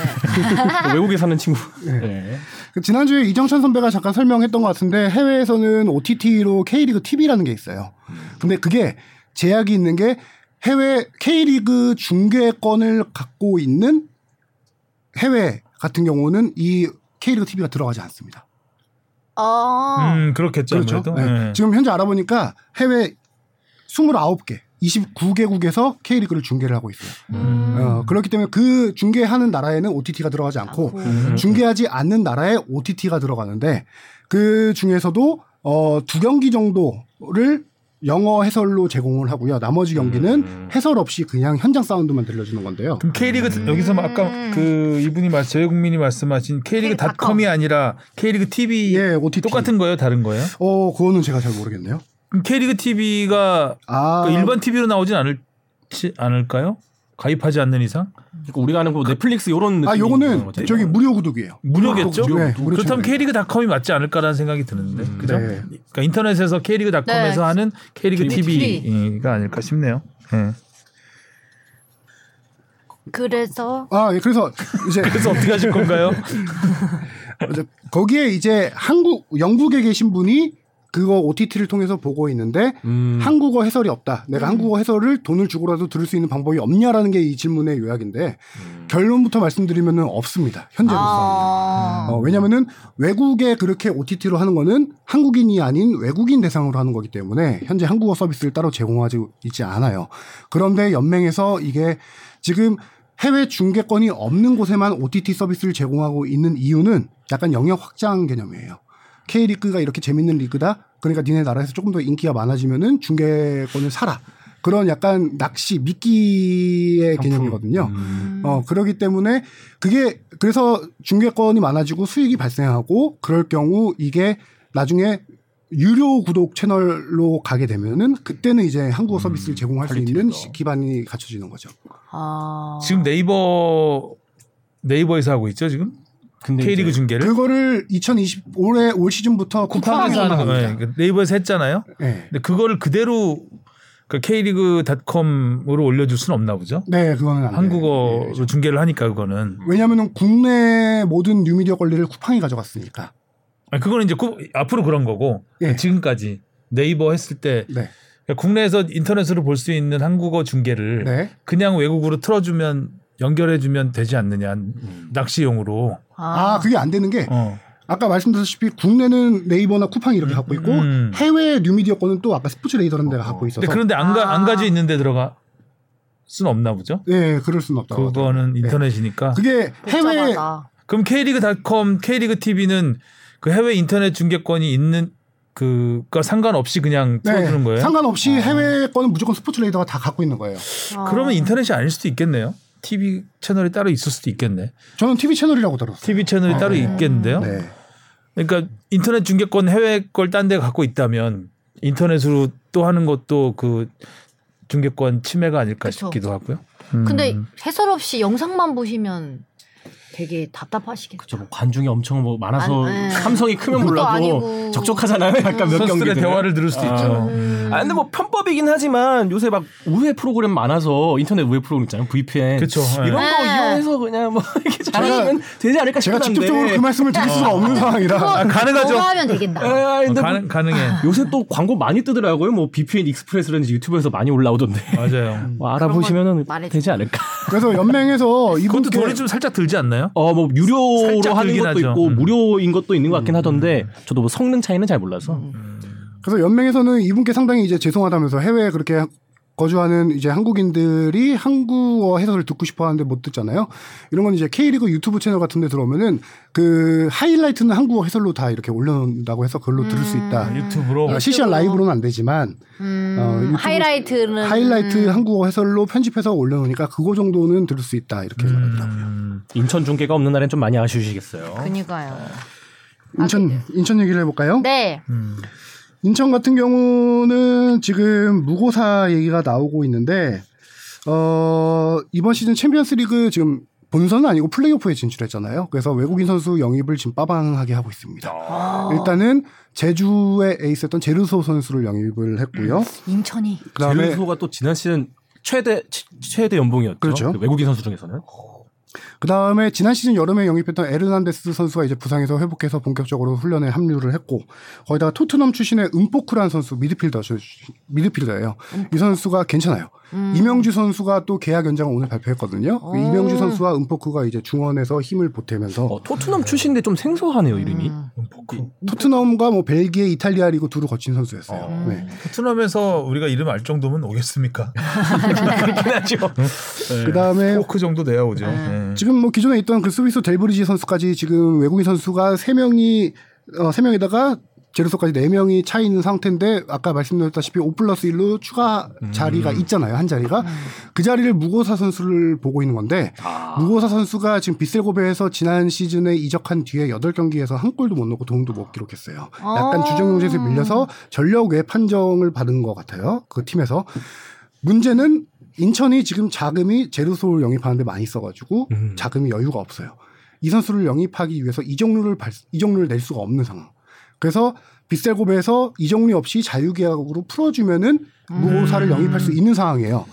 Speaker 5: 외국에 사는 친구. 네.
Speaker 4: 그 지난주에 이정찬 선배가 잠깐 설명했던 것 같은데 해외에서는 OTT로 K리그 TV라는 게 있어요. 근데 그게 제약이 있는 게 해외 K리그 중계권을 갖고 있는 해외 같은 경우는 이 K리그 TV가 들어가지 않습니다.
Speaker 1: 어.
Speaker 5: 뭐.
Speaker 2: 음 그렇겠죠.
Speaker 4: 그렇죠.
Speaker 2: 아무래도.
Speaker 4: 네.
Speaker 2: 네.
Speaker 4: 지금 현재 알아보니까 해외 29개, 29개국에서 K리그를 중계를 하고 있어요.
Speaker 2: 음.
Speaker 4: 어, 그렇기 때문에 그 중계하는 나라에는 OTT가 들어가지
Speaker 2: 음.
Speaker 4: 않고 중계하지 않는 나라에 OTT가 들어가는데 그 중에서도 어, 두 경기 정도를 영어 해설로 제공을 하고요. 나머지 경기는
Speaker 2: 음.
Speaker 4: 해설 없이 그냥 현장 사운드만 들려주는 건데요.
Speaker 2: 그럼 K리그 여기서 뭐 아까 그 이분이 말 제외국민이 말씀하신 K리그닷컴이 아니라 K리그 TV
Speaker 4: 예, OTT.
Speaker 2: 똑같은 거예요, 다른 거예요?
Speaker 4: 어, 그거는 제가 잘 모르겠네요.
Speaker 2: 그럼 K리그 TV가 그
Speaker 4: 아,
Speaker 2: 일반 TV로 나오진 않을지 않을까요? 가입하지 않는 이상
Speaker 5: 그러니까 우리가 아는 뭐 넷플릭스 이런 느낌.
Speaker 4: 아, 요거는 저기 무료 구독이에요.
Speaker 2: 무료겠죠.
Speaker 4: 무료, 네, 무료
Speaker 2: 그렇다면
Speaker 4: 채널이에요.
Speaker 2: K리그닷컴이 맞지 않을까라는 생각이 드는데, 그죠?
Speaker 4: 네.
Speaker 2: 그러니까 인터넷에서 K리그닷컴에서
Speaker 1: 네.
Speaker 2: 하는 K리그
Speaker 1: TV.
Speaker 2: TV가 아닐까 싶네요. 예.
Speaker 1: 그래서
Speaker 4: 아, 예, 그래서 이제
Speaker 2: 그래서 어떻게 하실 건가요?
Speaker 4: 이제 거기에 이제 한국 영국에 계신 분이 그거 OTT를 통해서 보고 있는데 한국어 해설이 없다. 내가 한국어 해설을 돈을 주고라도 들을 수 있는 방법이 없냐라는 게 이 질문의 요약인데 결론부터 말씀드리면은 없습니다. 현재로서.
Speaker 1: 아.
Speaker 4: 어, 왜냐면은 외국에 그렇게 OTT로 하는 거는 한국인이 아닌 외국인 대상으로 하는 거기 때문에 현재 한국어 서비스를 따로 제공하지 있지 않아요. 그런데 연맹에서 이게 지금 해외 중계권이 없는 곳에만 OTT 서비스를 제공하고 있는 이유는 약간 영역 확장 개념이에요. K리그가 이렇게 재밌는 리그다? 그러니까 니네 나라에서 조금 더 인기가 많아지면은 중계권을 사라. 그런 약간 낚시, 미끼의 개념이거든요.
Speaker 2: 음.
Speaker 4: 어, 그러기 때문에 그게 그래서 중계권이 많아지고 수익이 발생하고 그럴 경우 이게 나중에 유료 구독 채널로 가게 되면은 그때는 이제 한국어
Speaker 2: 음,
Speaker 4: 서비스를 제공할 수 있는 시- 기반이 갖춰지는 거죠.
Speaker 1: 아.
Speaker 2: 지금 네이버 네이버에서 하고 있죠 지금
Speaker 4: 네,
Speaker 5: 근데
Speaker 2: K리그
Speaker 5: 이제
Speaker 2: 중계를
Speaker 4: 그거를 2020 올해 올 시즌부터 쿠팡에서 하는
Speaker 2: 네,
Speaker 4: 겁니다.
Speaker 2: 그러니까 네이버에서 했잖아요.
Speaker 4: 네.
Speaker 2: 근데 그거를 그대로 그 K리그닷컴으로 올려줄 수는 없나 보죠.
Speaker 4: 네, 그거는 안 돼요.
Speaker 2: 한국어로
Speaker 4: 네.
Speaker 2: 중계를 하니까 그거는
Speaker 4: 왜냐면은 국내 모든 뉴미디어 권리를 쿠팡이 가져갔으니까.
Speaker 2: 아니, 그거는 이제 꾸- 앞으로 그런 거고
Speaker 4: 예.
Speaker 2: 아, 지금까지 네이버 했을 때
Speaker 4: 네.
Speaker 2: 그러니까 국내에서 인터넷으로 볼 수 있는 한국어 중계를
Speaker 4: 네.
Speaker 2: 그냥 외국으로 틀어주면 연결해주면 되지 않느냐
Speaker 4: 음.
Speaker 2: 낚시용으로
Speaker 4: 아, 그게 안 되는 게
Speaker 2: 어.
Speaker 4: 아까 말씀드렸다시피 국내는 네이버나 쿠팡이 이렇게 갖고 뭐 있고
Speaker 2: 음.
Speaker 4: 해외 뉴미디어 거는 또 아까 스포츠 레이더라는 데가 갖고 있어서
Speaker 2: 근데 그런데 안, 가, 안
Speaker 1: 아.
Speaker 2: 가져 있는데 들어가 순 없나 보죠.
Speaker 4: 예, 그럴 수는 없다. 네. 고
Speaker 2: 그거는 인터넷이니까.
Speaker 4: 그게 해외
Speaker 1: 복잡하다.
Speaker 2: 그럼 K리그닷컴, K리그 TV는 그 해외 인터넷 중계권이 있는 그거 상관없이 그냥 틀어주는
Speaker 4: 네,
Speaker 2: 거예요.
Speaker 4: 상관없이 해외 거는 무조건 스포츠 레이더가 다 갖고 있는 거예요.
Speaker 1: 아.
Speaker 2: 그러면 인터넷이 아닐 수도 있겠네요. TV 채널이 따로 있을 수도 있겠네.
Speaker 4: 저는 TV 채널이라고 들었어요.
Speaker 2: TV 채널이 따로
Speaker 4: 네.
Speaker 2: 있겠는데요.
Speaker 4: 네.
Speaker 2: 그러니까 인터넷 중계권 해외 걸 딴 데 갖고 있다면 인터넷으로 또 하는 것도 그 중계권 침해가 아닐까
Speaker 1: 그쵸.
Speaker 2: 싶기도 하고요.
Speaker 1: 근데
Speaker 2: 음.
Speaker 1: 해설 없이 영상만 보시면 되게 답답하시겠죠.
Speaker 5: 저뭐 관중이 엄청 뭐 많아서
Speaker 1: 안- 네.
Speaker 5: 함성이 크면
Speaker 1: 그것도
Speaker 5: 몰라도
Speaker 1: 아니고.
Speaker 5: 적적하잖아요. 약간 몇 경기
Speaker 2: 선수들의 대화를 들을 수도
Speaker 5: 아.
Speaker 2: 있죠.
Speaker 1: 음.
Speaker 5: 아 근데 뭐 편법이긴 하지만 요새 막 우회 프로그램 많아서 인터넷 우회 프로그램 있잖아요. VPN.
Speaker 2: 그쵸, 예.
Speaker 5: 이런 거
Speaker 1: 네.
Speaker 5: 이용해서 그냥 뭐 이렇게 잘하면 되지 않을까
Speaker 4: 제가
Speaker 5: 싶은데.
Speaker 4: 직접적으로 그 말씀을 드릴 수가 없는 상황이라.
Speaker 2: 아, 가능하죠.
Speaker 1: 너가 하면 되겠다.
Speaker 5: 아,
Speaker 2: 어,
Speaker 5: 근데 뭐
Speaker 2: 가능, 가능해.
Speaker 5: 요새 또 광고 많이 뜨더라고요. 뭐 VPN 익스프레스라든지 유튜브에서 많이 올라오던데.
Speaker 2: 맞아요.
Speaker 5: 뭐 알아보시면은
Speaker 1: 그런 건 말해줘.
Speaker 5: 되지 않을까.
Speaker 4: 그래서 연맹에서
Speaker 2: 그것도
Speaker 4: 이분께
Speaker 2: 돈이 좀 살짝 들지 않나요?
Speaker 5: 어 뭐 유료로
Speaker 2: 살짝
Speaker 5: 하는
Speaker 2: 들긴
Speaker 5: 것도
Speaker 2: 하죠.
Speaker 5: 있고
Speaker 2: 음.
Speaker 5: 무료인 것도 있는 것 같긴 하던데 저도 뭐 성능 차이는 잘 몰라서.
Speaker 1: 음.
Speaker 4: 그래서 연맹에서는 이분께 상당히 이제 죄송하다면서 해외에 그렇게 거주하는 이제 한국인들이 한국어 해설을 듣고 싶어 하는데 못 듣잖아요. 이런 건 이제 K리그 유튜브 채널 같은 데 들어오면은 그 하이라이트는 한국어 해설로 다 이렇게 올려놓는다고 해서 그걸로 들을 수 있다.
Speaker 2: 유튜브로.
Speaker 4: 어, 실시간 라이브로는 안 되지만
Speaker 1: 음,
Speaker 4: 어, 유튜브-
Speaker 1: 하이라이트는
Speaker 4: 하이라이트 한국어 해설로 편집해서 올려놓으니까 그거 정도는 들을 수 있다. 이렇게 말하더라고요.
Speaker 2: 음.
Speaker 5: 인천 중계가 없는 날엔 좀 많이 아쉬우시겠어요.
Speaker 1: 그니까요.
Speaker 2: 음.
Speaker 4: 인천, 인천 얘기를 해볼까요?
Speaker 1: 네.
Speaker 4: 인천 같은 경우는 지금 무고사 얘기가 나오고 있는데 어 이번 시즌 챔피언스리그 지금 본선은 아니고 플레이오프에 진출했잖아요. 그래서 외국인 선수 영입을 지금 빠방하게 하고 있습니다. 일단은 제주의 에이스였던 제르소 선수를 영입을 했고요.
Speaker 1: 인천이
Speaker 4: 그다음에
Speaker 5: 제르소가 또 지난 시즌 최대 최- 최대 연봉이었죠.
Speaker 4: 그렇죠.
Speaker 5: 그 외국인 선수 중에서는.
Speaker 4: 그다음에 지난 시즌 여름에 영입했던 에르난데스 선수가 이제 부상에서 회복해서 본격적으로 훈련에 합류를 했고 거기다가 토트넘 출신의 음포크라는 선수 미드필더 저- 미드필더예요. 이 선수가 괜찮아요. 이명주 선수가 또 계약 연장을 오늘 발표했거든요. 그 이명주 선수와 음포크가 이제 중원에서 힘을 보태면서
Speaker 5: 어, 토트넘 출신인데 좀 생소하네요 이름이.
Speaker 1: 음.
Speaker 2: 포크.
Speaker 4: 토트넘과 뭐 벨기에, 이탈리아 리그 두루 거친 선수였어요.
Speaker 5: 어.
Speaker 4: 네.
Speaker 2: 토트넘에서 우리가 이름 알 정도면 오겠습니까?
Speaker 5: 그렇긴 하죠.
Speaker 4: 네. 그다음에
Speaker 2: 포크 정도 돼야 오죠. 네.
Speaker 4: 지금 뭐 기존에 있던 그 스위스 델브리지 선수까지 지금 외국인 선수가 세명이어세명에다가 제르소까지 네명이차 있는 상태인데 아까 말씀드렸다시피 5 플러스 1로 추가 자리가 있잖아요. 한 자리가. 그 자리를 무고사 선수를 보고 있는 건데 무고사 선수가 지금 빗셀고베에서 지난 시즌에 이적한 뒤에 8경기에서 한 골도 못 넣고 도움도 못 기록했어요. 약간
Speaker 1: 어.
Speaker 4: 주정용제에서 밀려서 전력 외 판정을 받은 것 같아요. 그 팀에서. 문제는 인천이 지금 자금이 제르소를 영입하는데 많이 써가지고
Speaker 5: 음.
Speaker 4: 자금이 여유가 없어요. 이 선수를 영입하기 위해서 이적료를 발- 이적료를 낼 수가 없는 상황. 그래서 빗셀고베에서 이적료 없이 자유계약으로 풀어주면은 무고사를 영입할 수 있는 상황이에요.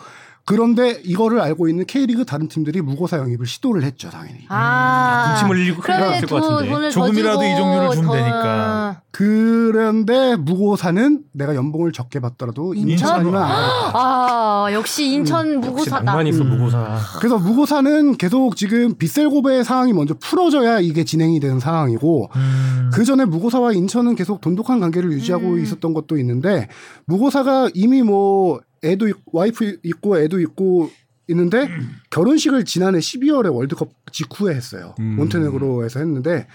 Speaker 4: 그런데 이거를 알고 있는 K리그 다른 팀들이 무고사 영입을 시도를 했죠, 당연히.
Speaker 1: 아.
Speaker 5: 군침 흘리고 큰일
Speaker 1: 그러면
Speaker 5: 났을 것 같은데.
Speaker 1: 돈을
Speaker 2: 음. 조금이라도
Speaker 1: 더
Speaker 2: 이정료를 주면
Speaker 1: 더-
Speaker 2: 되니까.
Speaker 4: 그런데 무고사는 내가 연봉을 적게 받더라도 인천
Speaker 2: 인천?
Speaker 4: 아니면 안 가요.
Speaker 1: 아, 역시 인천 무고사다.
Speaker 5: 낭만 있어
Speaker 2: 음.
Speaker 5: 무고사.
Speaker 4: 그래서 무고사는 계속 지금 빗셀고베의 상황이 먼저 풀어져야 이게 진행이 되는 상황이고
Speaker 2: 음.
Speaker 4: 그 전에 무고사와 인천은 계속 돈독한 관계를 유지하고
Speaker 1: 음.
Speaker 4: 있었던 것도 있는데 무고사가 이미 뭐 애도 있- 와이프 있고 애도 있고 있는데
Speaker 1: 음.
Speaker 4: 결혼식을 지난해 12월에 월드컵 직후에 했어요.
Speaker 5: 음.
Speaker 4: 몬테네그로에서 했는데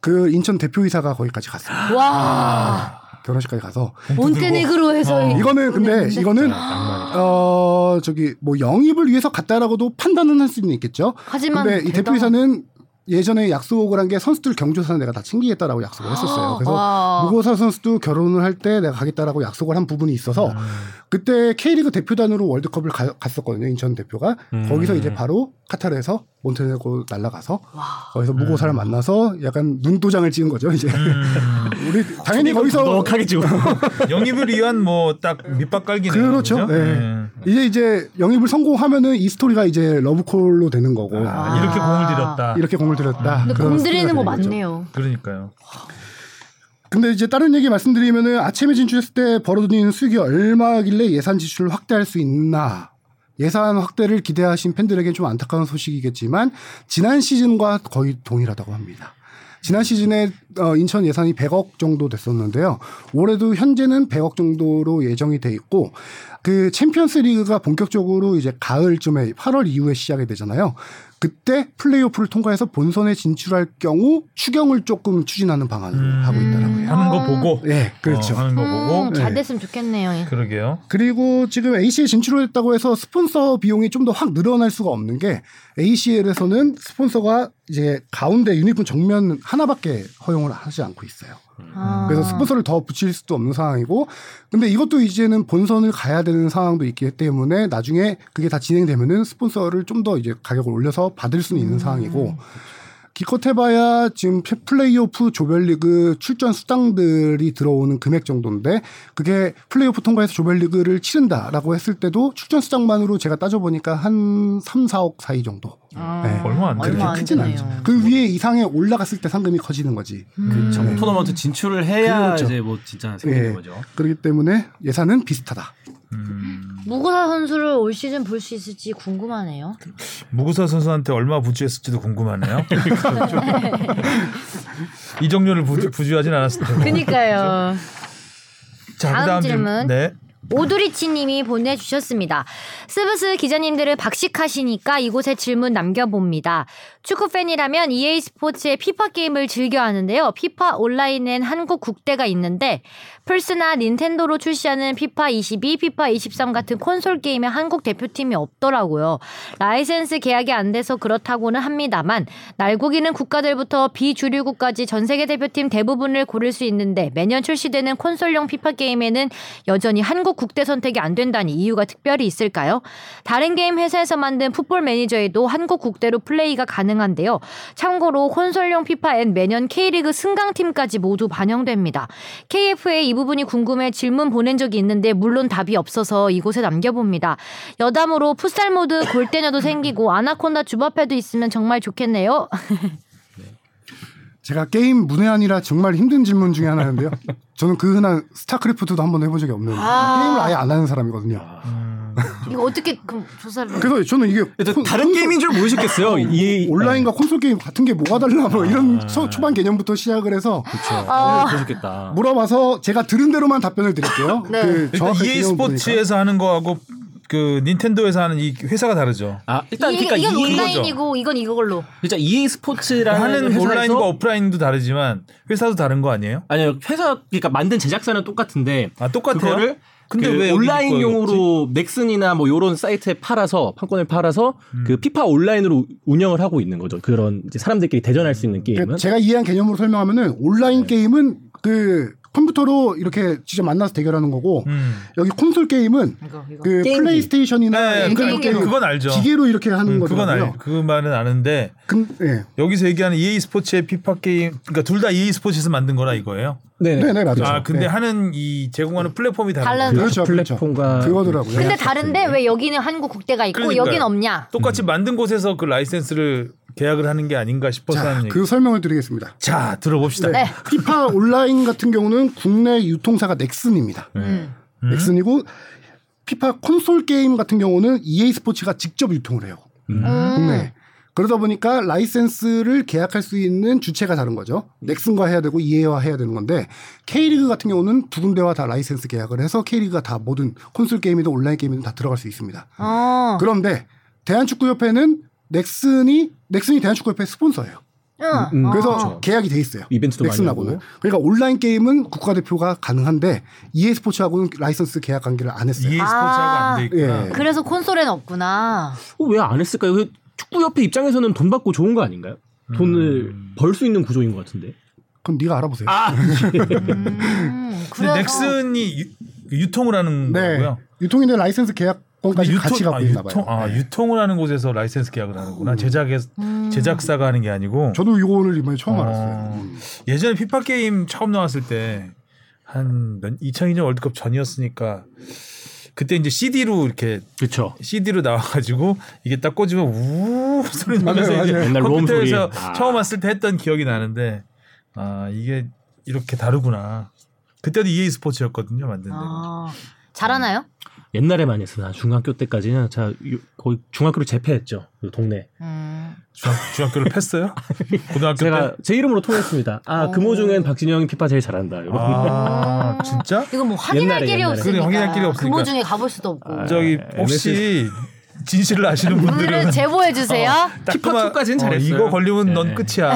Speaker 4: 그 인천 대표이사가 거기까지
Speaker 1: 아.
Speaker 4: 갔어요.
Speaker 1: 와.
Speaker 4: 결혼식까지 가서
Speaker 1: 몬테네그로에서
Speaker 2: 어.
Speaker 4: 아, 이거는 근데 이거는
Speaker 5: 낭만.
Speaker 4: 어 저기 뭐 영입을 위해서 갔다라고도 판단은 할 수는 있겠죠.
Speaker 1: 하지만
Speaker 4: 근데 이
Speaker 1: 대단한-
Speaker 4: 대표이사는 예전에 약속을 한 게 선수들 경조사는 내가 다 챙기겠다라고 약속을 했었어요. 그래서
Speaker 1: 아, 와.
Speaker 4: 무고사 선수도 결혼을 할 때 내가 가겠다라고 약속을 한 부분이 있어서
Speaker 2: 음.
Speaker 4: 그때 K리그 대표단으로 월드컵을 가- 갔었거든요. 인천 대표가
Speaker 5: 음.
Speaker 4: 거기서 이제 바로 카타르에서 몬테네고 날아가서
Speaker 1: 와.
Speaker 4: 거기서 무고사를 만나서 약간 눈도장을 찍은 거죠. 이제
Speaker 2: 음.
Speaker 4: 우리 당연히 거기서
Speaker 5: 넉넉하게 지금.
Speaker 2: 영입을 위한 뭐 딱 밑밥 깔기네요.
Speaker 4: 그- 그렇죠.
Speaker 2: 그죠?
Speaker 4: 네. 이제 이제 영입을 성공하면은 이 스토리가 이제 러브콜로 되는 거고
Speaker 2: 아, 이렇게
Speaker 1: 아.
Speaker 2: 공을 들였다.
Speaker 4: 이렇게 공을 들였다.
Speaker 1: 근데
Speaker 4: 그런
Speaker 1: 공들이는 뭐 거
Speaker 4: 스토리가 되는 거죠.
Speaker 1: 맞네요.
Speaker 2: 그러니까요.
Speaker 4: 근데 이제 다른 얘기 말씀드리면은 아침에 진출했을 때 벌어들이는 수익이 얼마길래 예산 지출을 확대할 수 있나? 예산 확대를 기대하신 팬들에게 좀 안타까운 소식이겠지만 지난 시즌과 거의 동일하다고 합니다. 지난 시즌에 어, 인천 예산이 100억 정도 됐었는데요. 올해도 현재는 100억 정도로 예정이 돼 있고 그 챔피언스 리그가 본격적으로 이제 가을쯤에 8월 이후에 시작이 되잖아요. 그때 플레이오프를 통과해서 본선에 진출할 경우 추경을 조금 추진하는 방안으로
Speaker 2: 음.
Speaker 4: 하고 있더라고요.
Speaker 2: 하는 거 보고.
Speaker 4: 예, 그렇죠.
Speaker 2: 어, 하는 거 보고.
Speaker 1: 음, 잘
Speaker 4: 네.
Speaker 1: 됐으면 좋겠네요.
Speaker 2: 그러게요.
Speaker 4: 그리고 지금 ACL 진출을 했다고 해서 스폰서 비용이 좀 더 확 늘어날 수가 없는 게 ACL에서는 스폰서가 이제 가운데 유니폼 정면 하나밖에 허용을 하지 않고 있어요.
Speaker 1: 아.
Speaker 4: 그래서 스폰서를 더 붙일 수도 없는 상황이고 근데 이것도 이제는 본선을 가야 되는 상황도 있기 때문에 나중에 그게 다 진행되면은 스폰서를 좀 더 이제 가격을 올려서 받을 수는 있는 상황이고 기껏 해봐야 지금 플- 플레이오프 조별리그 출전 수당들이 들어오는 금액 정도인데 그게 플레이오프 통과해서 조별리그를 치른다라고 했을 때도 출전 수당만으로 제가 따져보니까 한 3, 4억 사이 정도
Speaker 1: 아.
Speaker 4: 네.
Speaker 2: 얼마 안
Speaker 4: 그렇게
Speaker 2: 얼마 안
Speaker 4: 크진 않죠. 그 위에 이상에 올라갔을 때 상금이 커지는 거지.
Speaker 1: 음.
Speaker 5: 그 정 토너먼트 진출을 해야
Speaker 4: 그렇죠.
Speaker 5: 이제 뭐 진짜 생기는
Speaker 4: 예.
Speaker 5: 거죠.
Speaker 4: 그렇기 때문에 예산은 비슷하다.
Speaker 2: 음.
Speaker 1: 무고사 선수를 올 시즌 볼 수 있을지 궁금하네요.
Speaker 2: 무구사 선수한테 얼마 부주했을지도 궁금하네요.
Speaker 1: 그렇죠.
Speaker 2: 이정료를 부주, 부주하진 않았을
Speaker 4: 뭐,
Speaker 2: 테고.
Speaker 4: 그렇죠.
Speaker 1: 그니까요.
Speaker 2: 자,
Speaker 1: 다음
Speaker 2: 그다음
Speaker 1: 질문.
Speaker 2: 네.
Speaker 1: 오두리치님이 보내주셨습니다. 스브스 기자님들을 박식하시니까 이곳에 질문 남겨봅니다. 축구 팬이라면 EA 스포츠의 피파 게임을 즐겨 하는데요. 피파 온라인엔 한국 국대가 있는데 플스나 닌텐도로 출시하는 피파 22, 피파 23 같은 콘솔 게임에 한국 대표팀이 없더라고요. 라이센스 계약이 안 돼서 그렇다고는 합니다만 날고기는 국가들부터 비주류국까지 전 세계 대표팀 대부분을 고를 수 있는데 매년 출시되는 콘솔용 피파 게임에는 여전히 한국 국대 선택이 안 된다니 이유가 특별히 있을까요? 다른 게임 회사에서 만든 풋볼 매니저에도 한국 국대로 플레이가 가능한데요. 참고로 콘솔용 피파엔 매년 K리그 승강팀까지 모두 반영됩니다. KFA 이 부분이 궁금해 질문 보낸 적이 있는데 물론 답이 없어서 이곳에 남겨봅니다. 여담으로 풋살 모드 골대녀도 생기고 아나콘다 주바페도 있으면 정말 좋겠네요.
Speaker 4: 제가 게임 문외한이라 정말 힘든 질문 중에 하나인데요. 저는 그 흔한 스타크래프트도 한 번 해본 적이 없는
Speaker 1: 아.
Speaker 4: 게임을 아예 안 하는 사람이거든요.
Speaker 1: 이거 어떻게 그럼 조사를
Speaker 4: 그래서 저는 이게
Speaker 5: 일단
Speaker 4: 콘-
Speaker 5: 다른 게임인 줄 모르셨겠어요. 이 아,
Speaker 4: 온라인과 콘솔 게임 같은 게 뭐가 달라 뭐 이런 초, 반 개념부터 시작을 해서
Speaker 5: 네,
Speaker 1: 아.
Speaker 4: 뭐,
Speaker 5: 모르셨겠다.
Speaker 4: 물어봐서 제가 들은 대로만 답변을 드릴게요.
Speaker 1: 네.
Speaker 4: 그 정확한
Speaker 2: EA
Speaker 4: 개념은 보니까.
Speaker 2: 스포츠에서 하는 거하고 그 닌텐도에서 하는 이 회사가 다르죠.
Speaker 5: 아 일단
Speaker 1: 이게,
Speaker 5: 그러니까
Speaker 1: 이건
Speaker 5: EA
Speaker 1: 온라인이고 이건 이걸로
Speaker 4: 네,
Speaker 5: 진짜 EA 스포츠라는
Speaker 2: 하는
Speaker 5: 회사에서
Speaker 2: 온라인과 오프라인도 다르지만 회사도 다른 거 아니에요?
Speaker 5: 아니요 회사 그러니까 만든 제작사는 똑같은데
Speaker 2: 아 똑같아요.
Speaker 5: 그거를
Speaker 2: 근데
Speaker 5: 그
Speaker 2: 왜 여기
Speaker 5: 온라인
Speaker 2: 있고 여기
Speaker 5: 용으로 넥슨이나 뭐 요런 사이트에 팔아서 판권을 팔아서
Speaker 2: 음.
Speaker 5: 그 피파 온라인으로 운영을 하고 있는 거죠. 그런 이제 사람들끼리 대전할 수 있는
Speaker 4: 그러니까
Speaker 5: 게임은
Speaker 4: 제가 이해한 개념으로 설명하면은 온라인 게임은 그 컴퓨터로 이렇게 직접 만나서 대결하는 거고
Speaker 2: 음.
Speaker 4: 여기 콘솔 게임은
Speaker 1: 이거 이거.
Speaker 4: 그
Speaker 3: 게임기.
Speaker 4: 플레이스테이션이나
Speaker 2: 네,
Speaker 4: 인터넷
Speaker 1: 게임기.
Speaker 4: 게임
Speaker 2: 그건 알죠.
Speaker 4: 기계로 이렇게 하는
Speaker 2: 음, 그건 알,
Speaker 4: 거더라고요.
Speaker 2: 그말은 아는데
Speaker 4: 근, 예.
Speaker 2: 여기서 얘기하는 EA 스포츠의 피파 게임, 그러니까 둘 다 EA 스포츠에서 만든 거라 이거예요.
Speaker 4: 네, 네, 맞아요.
Speaker 2: 아, 근데
Speaker 4: 네.
Speaker 2: 하는 이 제공하는 플랫폼이 다른
Speaker 1: 달라요.
Speaker 2: 거예요.
Speaker 4: 그렇죠, 그렇죠.
Speaker 5: 플랫폼과
Speaker 4: 그거더라고요.
Speaker 1: 근데 다른데 왜 여기는 한국 국대가 있고
Speaker 2: 그러니까요.
Speaker 1: 여긴
Speaker 4: 음.
Speaker 1: 없냐?
Speaker 2: 똑같이 만든 곳에서 그 라이센스를 계약을 하는 게 아닌가 싶어서 하는
Speaker 4: 자,
Speaker 2: 얘기.
Speaker 4: 그 설명을 드리겠습니다.
Speaker 2: 자, 들어봅시다.
Speaker 1: 네.
Speaker 4: 피파 온라인 같은 경우는 국내 유통사가 넥슨입니다.
Speaker 1: 음.
Speaker 4: 넥슨이고 피파 콘솔 게임 같은 경우는 EA 스포츠가 직접 유통을 해요.
Speaker 1: 음.
Speaker 4: 국내. 네. 그러다 보니까 라이센스를 계약할 수 있는 주체가 다른 거죠. 넥슨과 해야 되고 EA와 해야 되는 건데 K리그 같은 경우는 두 군데와 다 라이센스 계약을 해서 K리그가 다 모든 콘솔 게임이든 온라인 게임이든 다 들어갈 수 있습니다.
Speaker 1: 어.
Speaker 4: 그런데 대한축구협회는 넥슨이 넥슨이 대한축구협회 스폰서예요.
Speaker 1: 응.
Speaker 4: 음, 그래서
Speaker 1: 어.
Speaker 4: 계약이 돼 있어요.
Speaker 5: 이벤트도 많이
Speaker 4: 넥슨하고는.
Speaker 5: 하고.
Speaker 4: 그러니까 온라인 게임은 국가대표가 가능한데 EA 스포츠하고는 라이선스 계약 관계를 안
Speaker 2: EA
Speaker 4: 했어요.
Speaker 2: 스포츠하고 안 돼 있구나.
Speaker 4: 예.
Speaker 1: 그래서 콘솔엔 없구나.
Speaker 5: 왜 안 했을까요? 그 축구 협회 입장에서는 돈 받고 좋은 거 아닌가요?
Speaker 2: 음.
Speaker 5: 돈을 벌 수 있는 구조인 것 같은데.
Speaker 4: 그럼 네가 알아보세요.
Speaker 1: 음.
Speaker 2: 근데
Speaker 1: 그래서
Speaker 2: 넥슨이 유, 유통을 하는
Speaker 4: 네.
Speaker 2: 거고요.
Speaker 4: 유통인의 라이선스 계약권까지
Speaker 2: 유통-
Speaker 4: 같이 갖고
Speaker 2: 아,
Speaker 4: 있나
Speaker 2: 유통,
Speaker 4: 봐요.
Speaker 2: 아,
Speaker 4: 네.
Speaker 2: 유통을 하는 곳에서 라이센스 계약을 하는구나. 제작에
Speaker 1: 음.
Speaker 2: 제작사가 하는 게 아니고
Speaker 4: 저도 이거 오늘 이번에 처음
Speaker 2: 어.
Speaker 4: 알았어요. 음.
Speaker 2: 예전에 피파 게임 처음 나왔을 때 한 2002년 월드컵 전이었으니까 그때 이제 CD로 이렇게
Speaker 5: 그렇죠.
Speaker 2: CD로 나와가지고 이게 딱 꽂으면 우 소리 나면서
Speaker 4: 맞아요,
Speaker 2: 이제
Speaker 4: 맞아요.
Speaker 5: 옛날 롬 소리.
Speaker 2: 컴퓨터에서
Speaker 5: 아.
Speaker 2: 처음 왔을 때 했던 기억이 나는데 아 이게 이렇게 다르구나. 그때도 EA 스포츠였거든요 만든 데가.
Speaker 1: 아, 잘하나요?
Speaker 5: 옛날에 많이 했어. 나 중학교 때까지는 자 요- 거의 중학교를 재패했죠. 그 동네.
Speaker 1: 음.
Speaker 2: 중학, 중학교를 팼어요? 고등학교 때?
Speaker 5: 제가 그러니까 제 이름으로 통했습니다.
Speaker 4: 어.
Speaker 5: 아 금호 중엔 박진영이 피파 제일 잘한다. 이런.
Speaker 2: 아 진짜?
Speaker 1: 이거 뭐 확인할
Speaker 5: 옛날에,
Speaker 1: 길이
Speaker 5: 옛날에.
Speaker 1: 없으니까.
Speaker 2: 그래, 확인할 길이 없으니까. 음.
Speaker 1: 금호 중에 가볼 수도 없고.
Speaker 2: 저기 혹시 진실을 아시는 분들은
Speaker 1: 오늘은 제보해 주세요.
Speaker 2: 따끔한-
Speaker 5: 피파2까지는 잘했어요.
Speaker 2: 이거 걸리면 넌
Speaker 5: 네.
Speaker 2: 끝이야.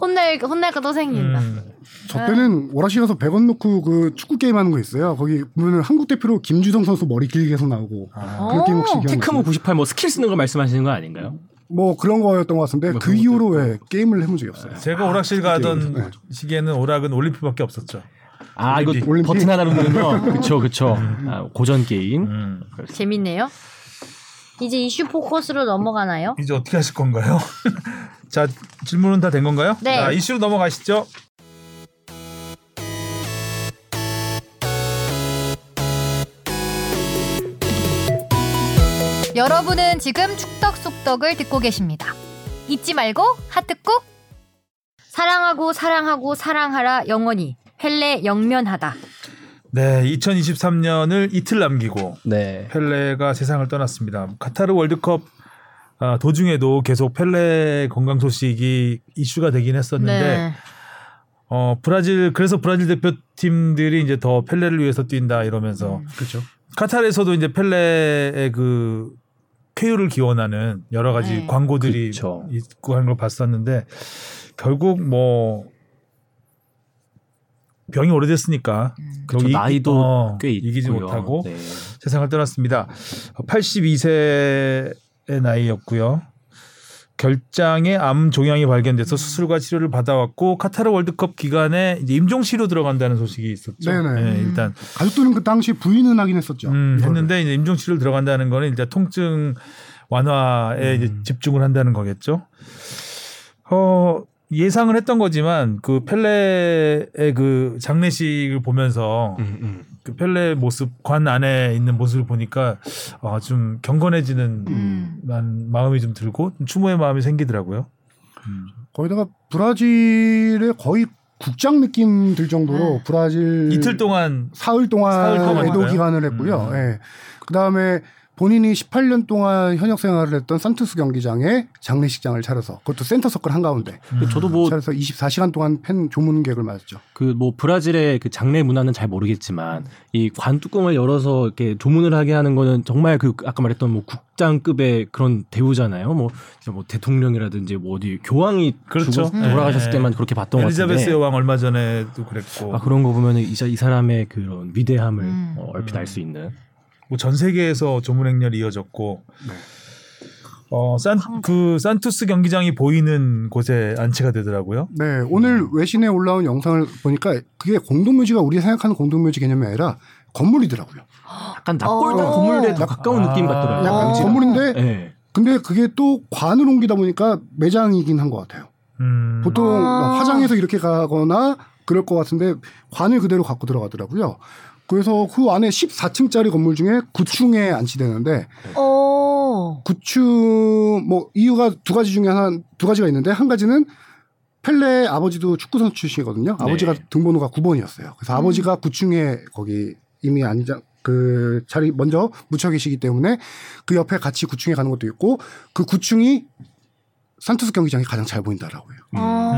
Speaker 1: 혼날 혼날까 또 생긴다.
Speaker 2: 음.
Speaker 4: 저 때는 오라시에서 100원 넣고 그 축구 게임 하는 거 있어요. 거기 보면은 한국 대표로 김주성 선수 머리 길게 해서 나오고
Speaker 2: 아.
Speaker 4: 그 게임 혹시 기억나세요?
Speaker 5: 테크모 98뭐 스킬 쓰는 거 말씀하시는 거 아닌가요?
Speaker 4: 뭐 그런 거였던 것 같은데 그
Speaker 5: 그런
Speaker 4: 이후로 왜 게임을 해본 적이 없어요.
Speaker 2: 제가 오락실 가던 시기에는 오락은 올림픽밖에 없었죠.
Speaker 5: 아 이거
Speaker 4: 올림픽.
Speaker 5: 버튼 하나로 누는 거. 그쵸 그쵸. 아, 고전 게임.
Speaker 2: 음.
Speaker 1: 재밌네요. 이제 이슈 포커스로 넘어가나요?
Speaker 2: 이제 어떻게 하실 건가요? 자 질문은 다 된 건가요?
Speaker 1: 네.
Speaker 2: 자, 이슈로 넘어가시죠.
Speaker 1: 여러분은 지금 축덕 속덕을 듣고 계십니다. 잊지 말고 하트 꾹. 사랑하고 사랑하고 사랑하라 영원히 펠레 영면하다.
Speaker 2: 네, 2023년을 이틀 남기고
Speaker 5: 네.
Speaker 2: 펠레가 세상을 떠났습니다. 카타르 월드컵 아, 도중에도 계속 펠레 건강 소식이 이슈가 되긴
Speaker 5: 네.
Speaker 2: 했었는데
Speaker 1: 네.
Speaker 4: 네.
Speaker 2: 어 브라질 그래서 브라질 대표팀들이 이제 더 펠레를 위해서 뛴다 이러면서
Speaker 4: 그렇죠.
Speaker 2: 카타르에서도 이제 펠레의 그 쾌유를 기원하는 여러 가지
Speaker 1: 네.
Speaker 2: 광고들이
Speaker 5: 그쵸.
Speaker 2: 있고 하는 걸 봤었는데 결국 뭐 병이 오래됐으니까
Speaker 5: 그쵸,
Speaker 2: 이-
Speaker 5: 나이도
Speaker 2: 어,
Speaker 5: 꽤 있고요.
Speaker 2: 이기지 못하고
Speaker 5: 네.
Speaker 2: 세상을 떠났습니다. 82세의 나이였고요. 결장에 암 종양이 발견돼서 수술과 치료를 받아왔고 카타르 월드컵 기간에 이제 임종 치료 들어간다는 소식이 있었죠.
Speaker 4: 네네.
Speaker 2: 예, 일단
Speaker 4: 가족들은 그 당시 부인은 하긴 했었죠.
Speaker 2: 음,
Speaker 4: 이거를.
Speaker 2: 했는데 이제 임종 치료를 들어간다는 거는 이제 통증 완화에 이제
Speaker 5: 음.
Speaker 2: 집중을 한다는 거겠죠. 어, 예상을 했던 거지만 그 펠레의 그 장례식을 보면서
Speaker 5: 음, 음.
Speaker 2: 그 펠레 모습 관 안에 있는 모습을 보니까 어, 좀 경건해지는
Speaker 1: 음.
Speaker 2: 만- 마음이 좀 들고 좀 추모의 마음이 생기더라고요.
Speaker 4: 거기다가 브라질의 거의 국장 느낌 들 정도로
Speaker 5: 그
Speaker 4: 브라질
Speaker 2: 이틀 동안
Speaker 4: 사흘 동안
Speaker 2: 사흘 동안인가요?
Speaker 4: 애도 기간을 했고요.
Speaker 2: 음.
Speaker 4: 예. 그다음에 본인이 18년 동안 현역 생활을 했던 산투스 경기장에 장례식장을 차려서 그것도 센터 서클 한가운데
Speaker 2: 음.
Speaker 5: 저도 뭐
Speaker 4: 차려서 24시간 동안 팬 조문객을 맞았죠.
Speaker 5: 그 뭐 브라질의 그 장례 문화는 잘 모르겠지만 이 관 뚜껑을 열어서 이렇게 조문을 하게 하는 거는 정말 그 아까 말했던 뭐 국장급의 그런 대우잖아요. 뭐, 진짜 뭐 대통령이라든지 뭐 어디 교황이
Speaker 2: 그렇죠.
Speaker 5: 죽어
Speaker 2: 네.
Speaker 5: 돌아가셨을 때만 그렇게 봤던 것
Speaker 2: 엘리자베스
Speaker 5: 같은데.
Speaker 2: 여왕 얼마 전에도 그랬고
Speaker 5: 아 그런 거 보면은 이, 사- 이 사람의 그런 위대함을
Speaker 1: 음.
Speaker 5: 어, 얼핏 알 수 있는.
Speaker 4: 네.
Speaker 2: 뭐 전 세계에서 조문 행렬이 이어졌고 어, 산, 그 산투스 경기장이 보이는 곳에 안치가 되더라고요.
Speaker 4: 네, 오늘 외신에 올라온 영상을 보니까 그게 공동묘지가 우리가 생각하는 공동묘지 개념이 아니라 건물이더라고요.
Speaker 5: 약간
Speaker 4: 어.
Speaker 5: 납골당 건물에 더 가까운
Speaker 2: 아.
Speaker 5: 느낌 같더라고요. 그
Speaker 4: 약간
Speaker 1: 어.
Speaker 4: 건물인데
Speaker 5: 예.
Speaker 4: 근데 그게 또 관을 옮기다 보니까 매장이긴 한 것 같아요.
Speaker 2: 음.
Speaker 4: 보통 뭐
Speaker 1: 아.
Speaker 4: 화장해서 이렇게 가거나 그럴 것 같은데 관을 그대로 갖고 들어가더라고요. 그래서 그 안에 14층짜리 건물 중에 9층에 안치되는데
Speaker 1: 오.
Speaker 4: 9층 뭐 이유가 두 가지 중에 한 두 가지가 있는데 한 가지는 펠레 아버지도 축구 선수 출신이거든요. 아버지가
Speaker 5: 네.
Speaker 4: 등번호가 9번이었어요. 그래서 아버지가 9층에 거기 이미 안장 그 자리 먼저 묻혀 계시기 때문에 그 옆에 같이 9층에 가는 것도 있고 그 9층이 산투스 경기장이 가장 잘 보인다라고 해요.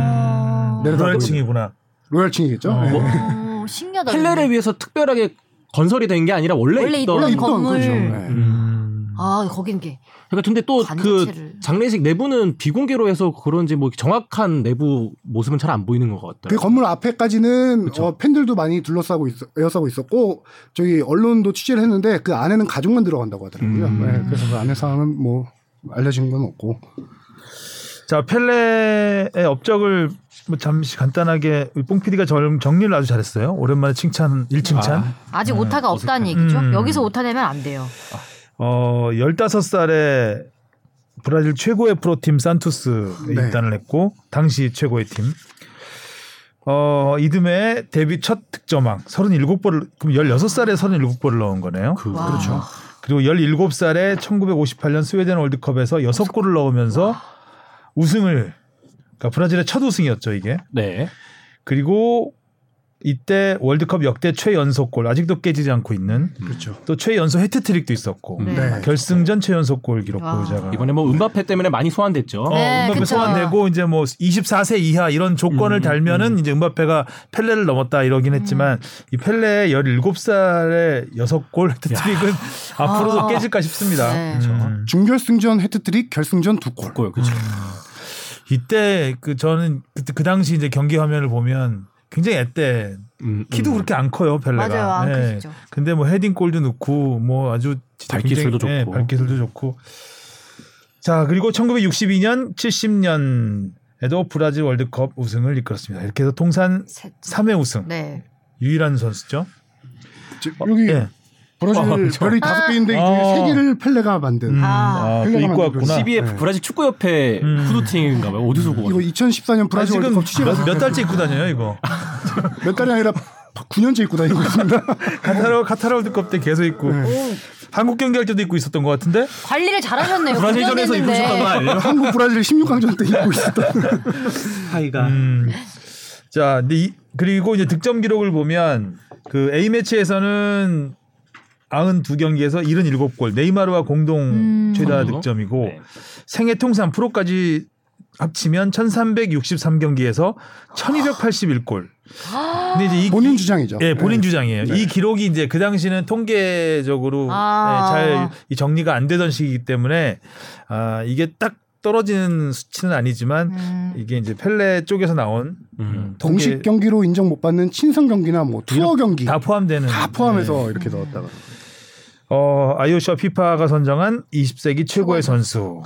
Speaker 1: 아.
Speaker 4: 네.
Speaker 2: 로얄 층이구나.
Speaker 4: 로얄층이겠죠?
Speaker 2: 어.
Speaker 4: 네.
Speaker 5: 뭐-
Speaker 1: 오, 신기하다.
Speaker 5: 펠레를 위해서 특별하게 건설이 된 게 아니라 원래,
Speaker 1: 네. 원래
Speaker 5: 있던.
Speaker 1: 있던
Speaker 4: 있던
Speaker 1: 건물.
Speaker 4: 거죠. 네.
Speaker 5: 음.
Speaker 1: 아, 거긴 게
Speaker 5: 그러니까 근데 또 그
Speaker 1: 관제체를.
Speaker 5: 장례식 내부는 비공개로 해서 그런지 뭐 정확한 내부 모습은 잘 안 보이는 것
Speaker 4: 그
Speaker 5: 같더라고요.
Speaker 4: 건물 앞에까지는
Speaker 5: 그쵸.
Speaker 4: 어, 팬들도 많이 둘러싸고 있, 에어싸고 있었고 저기 언론도 취재를 했는데 그 안에는 가족만 들어간다고 하더라고요.
Speaker 5: 음.
Speaker 4: 네, 그래서 그 안에 상황은 뭐 알려진 건 없고
Speaker 2: 자 펠레의 업적을 뭐 잠시 간단하게 뽕 PD가 정리를 아주 잘했어요. 오랜만에 칭찬 1칭찬.
Speaker 1: 아직
Speaker 5: 네,
Speaker 1: 오타가 없다는 얘기죠.
Speaker 2: 음. 여기서
Speaker 1: 여기서 오타 내면 안 돼요.
Speaker 2: 어 15살에 브라질 최고의 프로팀 산투스 에
Speaker 4: 네.
Speaker 2: 입단을 했고 당시 최고의 팀. 어 이듬해 데뷔 첫 득점왕 37골을 그럼 16살에 37골을 넣은 거네요.
Speaker 5: 그,
Speaker 1: 와.
Speaker 5: 그렇죠.
Speaker 2: 그리고 17살에 1958년 스웨덴 월드컵에서 6골을 넣으면서 우승을 그러니까 브라질의 첫 우승이었죠, 이게.
Speaker 5: 네.
Speaker 2: 그리고 이때 월드컵 역대 최연속골 아직도 깨지지 않고 있는
Speaker 4: 그렇죠.
Speaker 2: 또 최연소 해트트릭도 있었고
Speaker 1: 네.
Speaker 4: 네.
Speaker 2: 결승전 최연속골 기록
Speaker 1: 와.
Speaker 2: 보유자가
Speaker 5: 이번에 뭐 음바페 때문에 많이 소환됐죠.
Speaker 2: 어,
Speaker 1: 네,
Speaker 2: 음바페
Speaker 1: 그쵸.
Speaker 2: 소환되고 이제 뭐 24세 이하 이런 조건을
Speaker 5: 음,
Speaker 2: 달면은 이제 음바페가 펠레를 넘었다 이러긴
Speaker 1: 음.
Speaker 2: 했지만 이 펠레의 17살에 6골 해트트릭은 앞으로도
Speaker 1: 아.
Speaker 2: 깨질까 싶습니다.
Speaker 1: 네.
Speaker 2: 음.
Speaker 4: 준결승전 헤트트릭, 결승전 두 골.
Speaker 5: 골 그렇죠.
Speaker 2: 이때 그 저는 그때 그 당시 이제 경기 화면을 보면 굉장히 애때
Speaker 5: 음,
Speaker 2: 키도
Speaker 5: 음.
Speaker 2: 그렇게 안 커요 펠레가.
Speaker 1: 맞아요, 안
Speaker 2: 예.
Speaker 1: 크시죠.
Speaker 2: 근데 뭐 헤딩골도 넣고 뭐 아주 진짜
Speaker 5: 발기술도
Speaker 2: 굉장히, 예,
Speaker 5: 좋고.
Speaker 2: 발기술도 좋고. 자 그리고 1962년 70년에도 브라질 월드컵 우승을 이끌었습니다. 이렇게 해서 통산
Speaker 1: 셋.
Speaker 2: 3회 우승
Speaker 1: 네.
Speaker 2: 유일한 선수죠.
Speaker 4: 저- 어, 여기
Speaker 2: 예.
Speaker 4: 브라질
Speaker 2: 아, 그렇죠.
Speaker 4: 별이 다섯 개인데 이
Speaker 2: 아.
Speaker 4: 중에 세 개를 펠레가 만든.
Speaker 2: 음,
Speaker 1: 아.
Speaker 2: 아, 또
Speaker 4: 펠레가
Speaker 2: 입고 왔구나.
Speaker 4: 만들고
Speaker 5: 뭐 CBF
Speaker 4: 네.
Speaker 5: 브라질 축구협회
Speaker 2: 음.
Speaker 5: 후드팅인가 봐요. 어디서 구한
Speaker 4: 이거 2014년 브라질
Speaker 2: 아, 지금
Speaker 4: 월드컵 취재
Speaker 2: 몇, 몇 달째 입고 다녀요 이거.
Speaker 4: 몇 달이 아니라 9년째 입고 다니고 있습니다.
Speaker 2: 카타르 카타르 월드컵 때 계속 입고
Speaker 5: 네.
Speaker 2: 한국 경기할 때도 입고 있었던 것 같은데.
Speaker 1: 관리를 잘하셨네요.
Speaker 5: 브라질전에서
Speaker 1: 구년 됐는데.
Speaker 5: 입으셨던 거
Speaker 2: 예.
Speaker 5: 아니에요?
Speaker 4: 한국 브라질 16강전 때 입고 있었던.
Speaker 5: 하이가.
Speaker 2: 음. 자, 근데 이- 그리고 이제 득점 기록을 보면 그 A 매치에서는 92경기에서 77골, 네이마르와 공동
Speaker 1: 음.
Speaker 2: 최다
Speaker 5: 공동? 네.
Speaker 2: 득점이고 생애 통산 프로까지 합치면 1363경기에서 1281골. 근데 이제 이
Speaker 4: 아. 본인 주장이죠.
Speaker 2: 예, 본인
Speaker 4: 네.
Speaker 2: 주장이에요. 이 기록이 이제 그 당시는 통계적으로
Speaker 1: 아.
Speaker 2: 예, 잘이 정리가 안 되던 시기이기 때문에 아, 이게 딱 떨어지는 수치는 아니지만
Speaker 1: 음.
Speaker 2: 이게 이제 펠레 쪽에서 나온
Speaker 5: 음.
Speaker 2: 통계
Speaker 4: 공식 경기로 인정 못 받는 친선 경기나 뭐 투어 경기
Speaker 2: 다 네.
Speaker 4: 다,
Speaker 2: 포함되는
Speaker 4: 포함해서 이렇게 넣었다가
Speaker 2: 어, IOC와 FIFA가 선정한 20세기 최고의 선수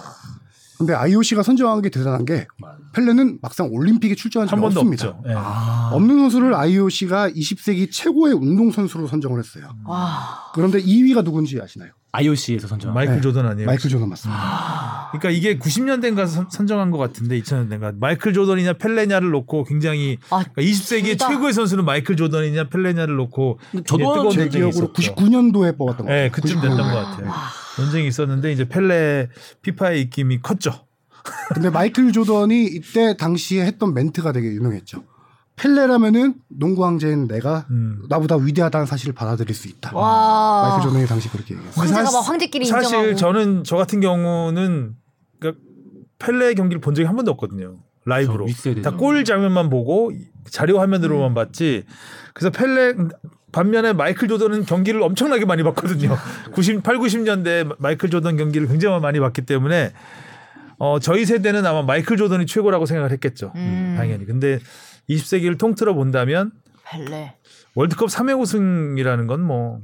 Speaker 4: 근데 IOC가 선정한 게 대단한 게 펠레는 막상 올림픽에 출전한
Speaker 2: 한
Speaker 4: 적이
Speaker 2: 번도
Speaker 4: 없습니다.
Speaker 2: 없죠. 예.
Speaker 4: 아. 없는 선수를 IOC가 20세기 최고의 운동 선수로 선정을 했어요.
Speaker 1: 와.
Speaker 4: 그런데 2위가 누군지 아시나요?
Speaker 5: IOC에서 선정.
Speaker 2: 마이클
Speaker 4: 네.
Speaker 2: 조던 아니에요?
Speaker 4: 마이클 조던 맞습니다.
Speaker 2: 그러니까 이게 90년대인가 선- 선정한 것 같은데 2000년대인가 마이클 조던이냐 펠레냐를 놓고 굉장히
Speaker 1: 아,
Speaker 2: 그러니까 20세기의
Speaker 1: 둘다.
Speaker 2: 최고의 선수는 마이클 조던이냐 펠레냐를 놓고 이게
Speaker 5: 저도
Speaker 2: 뜨거운
Speaker 4: 제
Speaker 2: 논쟁이
Speaker 4: 기억으로
Speaker 2: 있었죠.
Speaker 4: 99년도에
Speaker 5: 뭐
Speaker 4: 뽑았던 거.
Speaker 2: 예, 그쯤 됐던 것 같아요.
Speaker 5: 네.
Speaker 2: 논쟁이 있었는데 이제 펠레 피파의 입김이 컸죠.
Speaker 4: 근데 마이클 조던이 이때 당시에 했던 멘트가 되게 유명했죠. 펠레라면은 농구 황제인 내가
Speaker 2: 음.
Speaker 4: 나보다 위대하다는 사실을 받아들일 수 있다.
Speaker 1: 와.
Speaker 4: 마이클 조던이 당시 그렇게 얘기했어요.
Speaker 1: 황제가
Speaker 2: 사실-
Speaker 1: 막 황제끼리
Speaker 2: 사실
Speaker 1: 음. 인정하고.
Speaker 2: 저는 저 같은 경우는 그러니까 펠레 경기를 본 적이 한 번도 없거든요. 라이브로
Speaker 5: 그렇죠. 윗세대죠.
Speaker 2: 다 골 장면만 보고 자료 화면으로만
Speaker 1: 음.
Speaker 2: 봤지. 그래서 펠레 반면에 마이클 조던은 경기를 엄청나게 많이 봤거든요. 98, 90년대 마이클 조던 경기를 굉장히 많이 봤기 때문에 어 저희 세대는 아마 마이클 조던이 최고라고 생각을 했겠죠.
Speaker 1: 음.
Speaker 2: 당연히. 근데 20세기를 통틀어 본다면
Speaker 1: 펠레.
Speaker 2: 월드컵 3회 우승이라는 건 뭐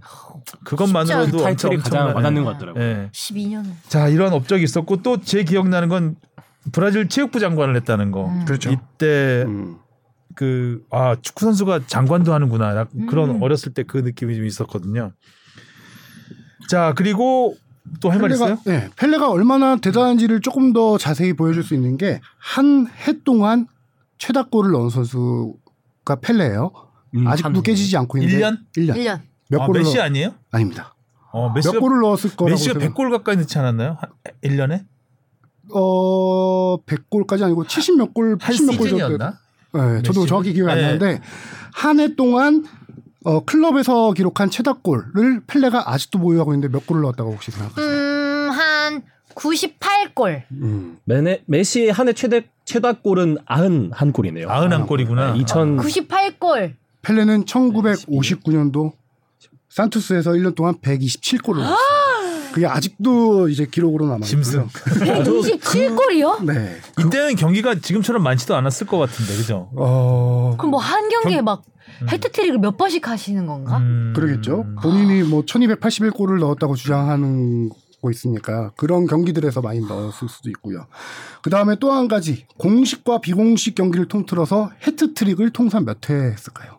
Speaker 2: 그것만으로도 엄청
Speaker 5: 타이틀이 가장
Speaker 2: 엄청난
Speaker 5: 와닿는
Speaker 2: 예.
Speaker 5: 것 같더라고요.
Speaker 2: 예.
Speaker 1: 12년을.
Speaker 2: 자 이런 업적이 있었고 또 제 기억나는 건 브라질 체육부 장관을 했다는 거.
Speaker 1: 음.
Speaker 4: 그렇죠.
Speaker 2: 이때
Speaker 4: 음.
Speaker 2: 그 아 축구 선수가 장관도 하는구나 나 그런
Speaker 1: 음.
Speaker 2: 어렸을 때 그 느낌이 좀 있었거든요. 자 그리고 또 할 말
Speaker 4: 펠레가-
Speaker 2: 있어요?
Speaker 4: 네, 펠레가 얼마나 대단한지를 조금 더 자세히 보여줄 수 있는 게 한 해 동안 최다골을 넣은 선수가 펠레예요.
Speaker 5: 음,
Speaker 4: 아직도
Speaker 5: 참.
Speaker 4: 깨지지 않고 있는데
Speaker 2: 1년?
Speaker 4: 1년.
Speaker 1: 1년.
Speaker 4: 몇
Speaker 2: 아,
Speaker 4: 골을
Speaker 2: 메시
Speaker 4: 넣...
Speaker 2: 아니에요?
Speaker 4: 아닙니다.
Speaker 2: 어
Speaker 4: 몇
Speaker 2: 메시가
Speaker 4: 골을 넣었을 거라고
Speaker 2: 메시가
Speaker 4: 제가-
Speaker 2: 100골 가까이 넣지 않았나요? 한 1년에?
Speaker 4: 어 100골까지 아니고 70몇
Speaker 2: 한
Speaker 4: 골, 80몇 골 정도.
Speaker 2: 시즌이었나?
Speaker 4: 네, 저도
Speaker 2: 메시는?
Speaker 4: 정확히 기억이 안
Speaker 2: 네.
Speaker 4: 나는데 한 해 동안 어, 클럽에서 기록한 최다골을 펠레가 아직도 보유하고 있는데 몇 골을 넣었다고 혹시 생각하세요?
Speaker 1: 음, 한 98골.
Speaker 4: 음.
Speaker 5: 메네, 메시의 한 해 최대 최다골은 91골이네요.
Speaker 2: 91골이구나. 아,
Speaker 4: 음.
Speaker 5: 2000
Speaker 1: 98골. 네,
Speaker 4: 펠레는 1959년도 산투스에서 1년 동안 127골을
Speaker 1: 아!
Speaker 4: 넣었어요. 그게 아직도 이제 기록으로 남아
Speaker 2: 짐승.
Speaker 4: 있고요.
Speaker 1: 127골이요?
Speaker 4: 네.
Speaker 2: 이때는 경기가 지금처럼 많지도 않았을 것 같은데 그죠?
Speaker 4: 어
Speaker 1: 그럼 뭐 한 경기에 막 헤트트릭을 몇 번씩 하시는 건가?
Speaker 2: 음.
Speaker 4: 그러겠죠. 본인이 뭐 1281골을 넣었다고 주장하는 거 있으니까 그런 경기들에서 많이 넣었을 수도 있고요. 그다음에 또 한 가지 공식과 비공식 경기를 통틀어서 해트트릭을 통산 몇 회 했을까요?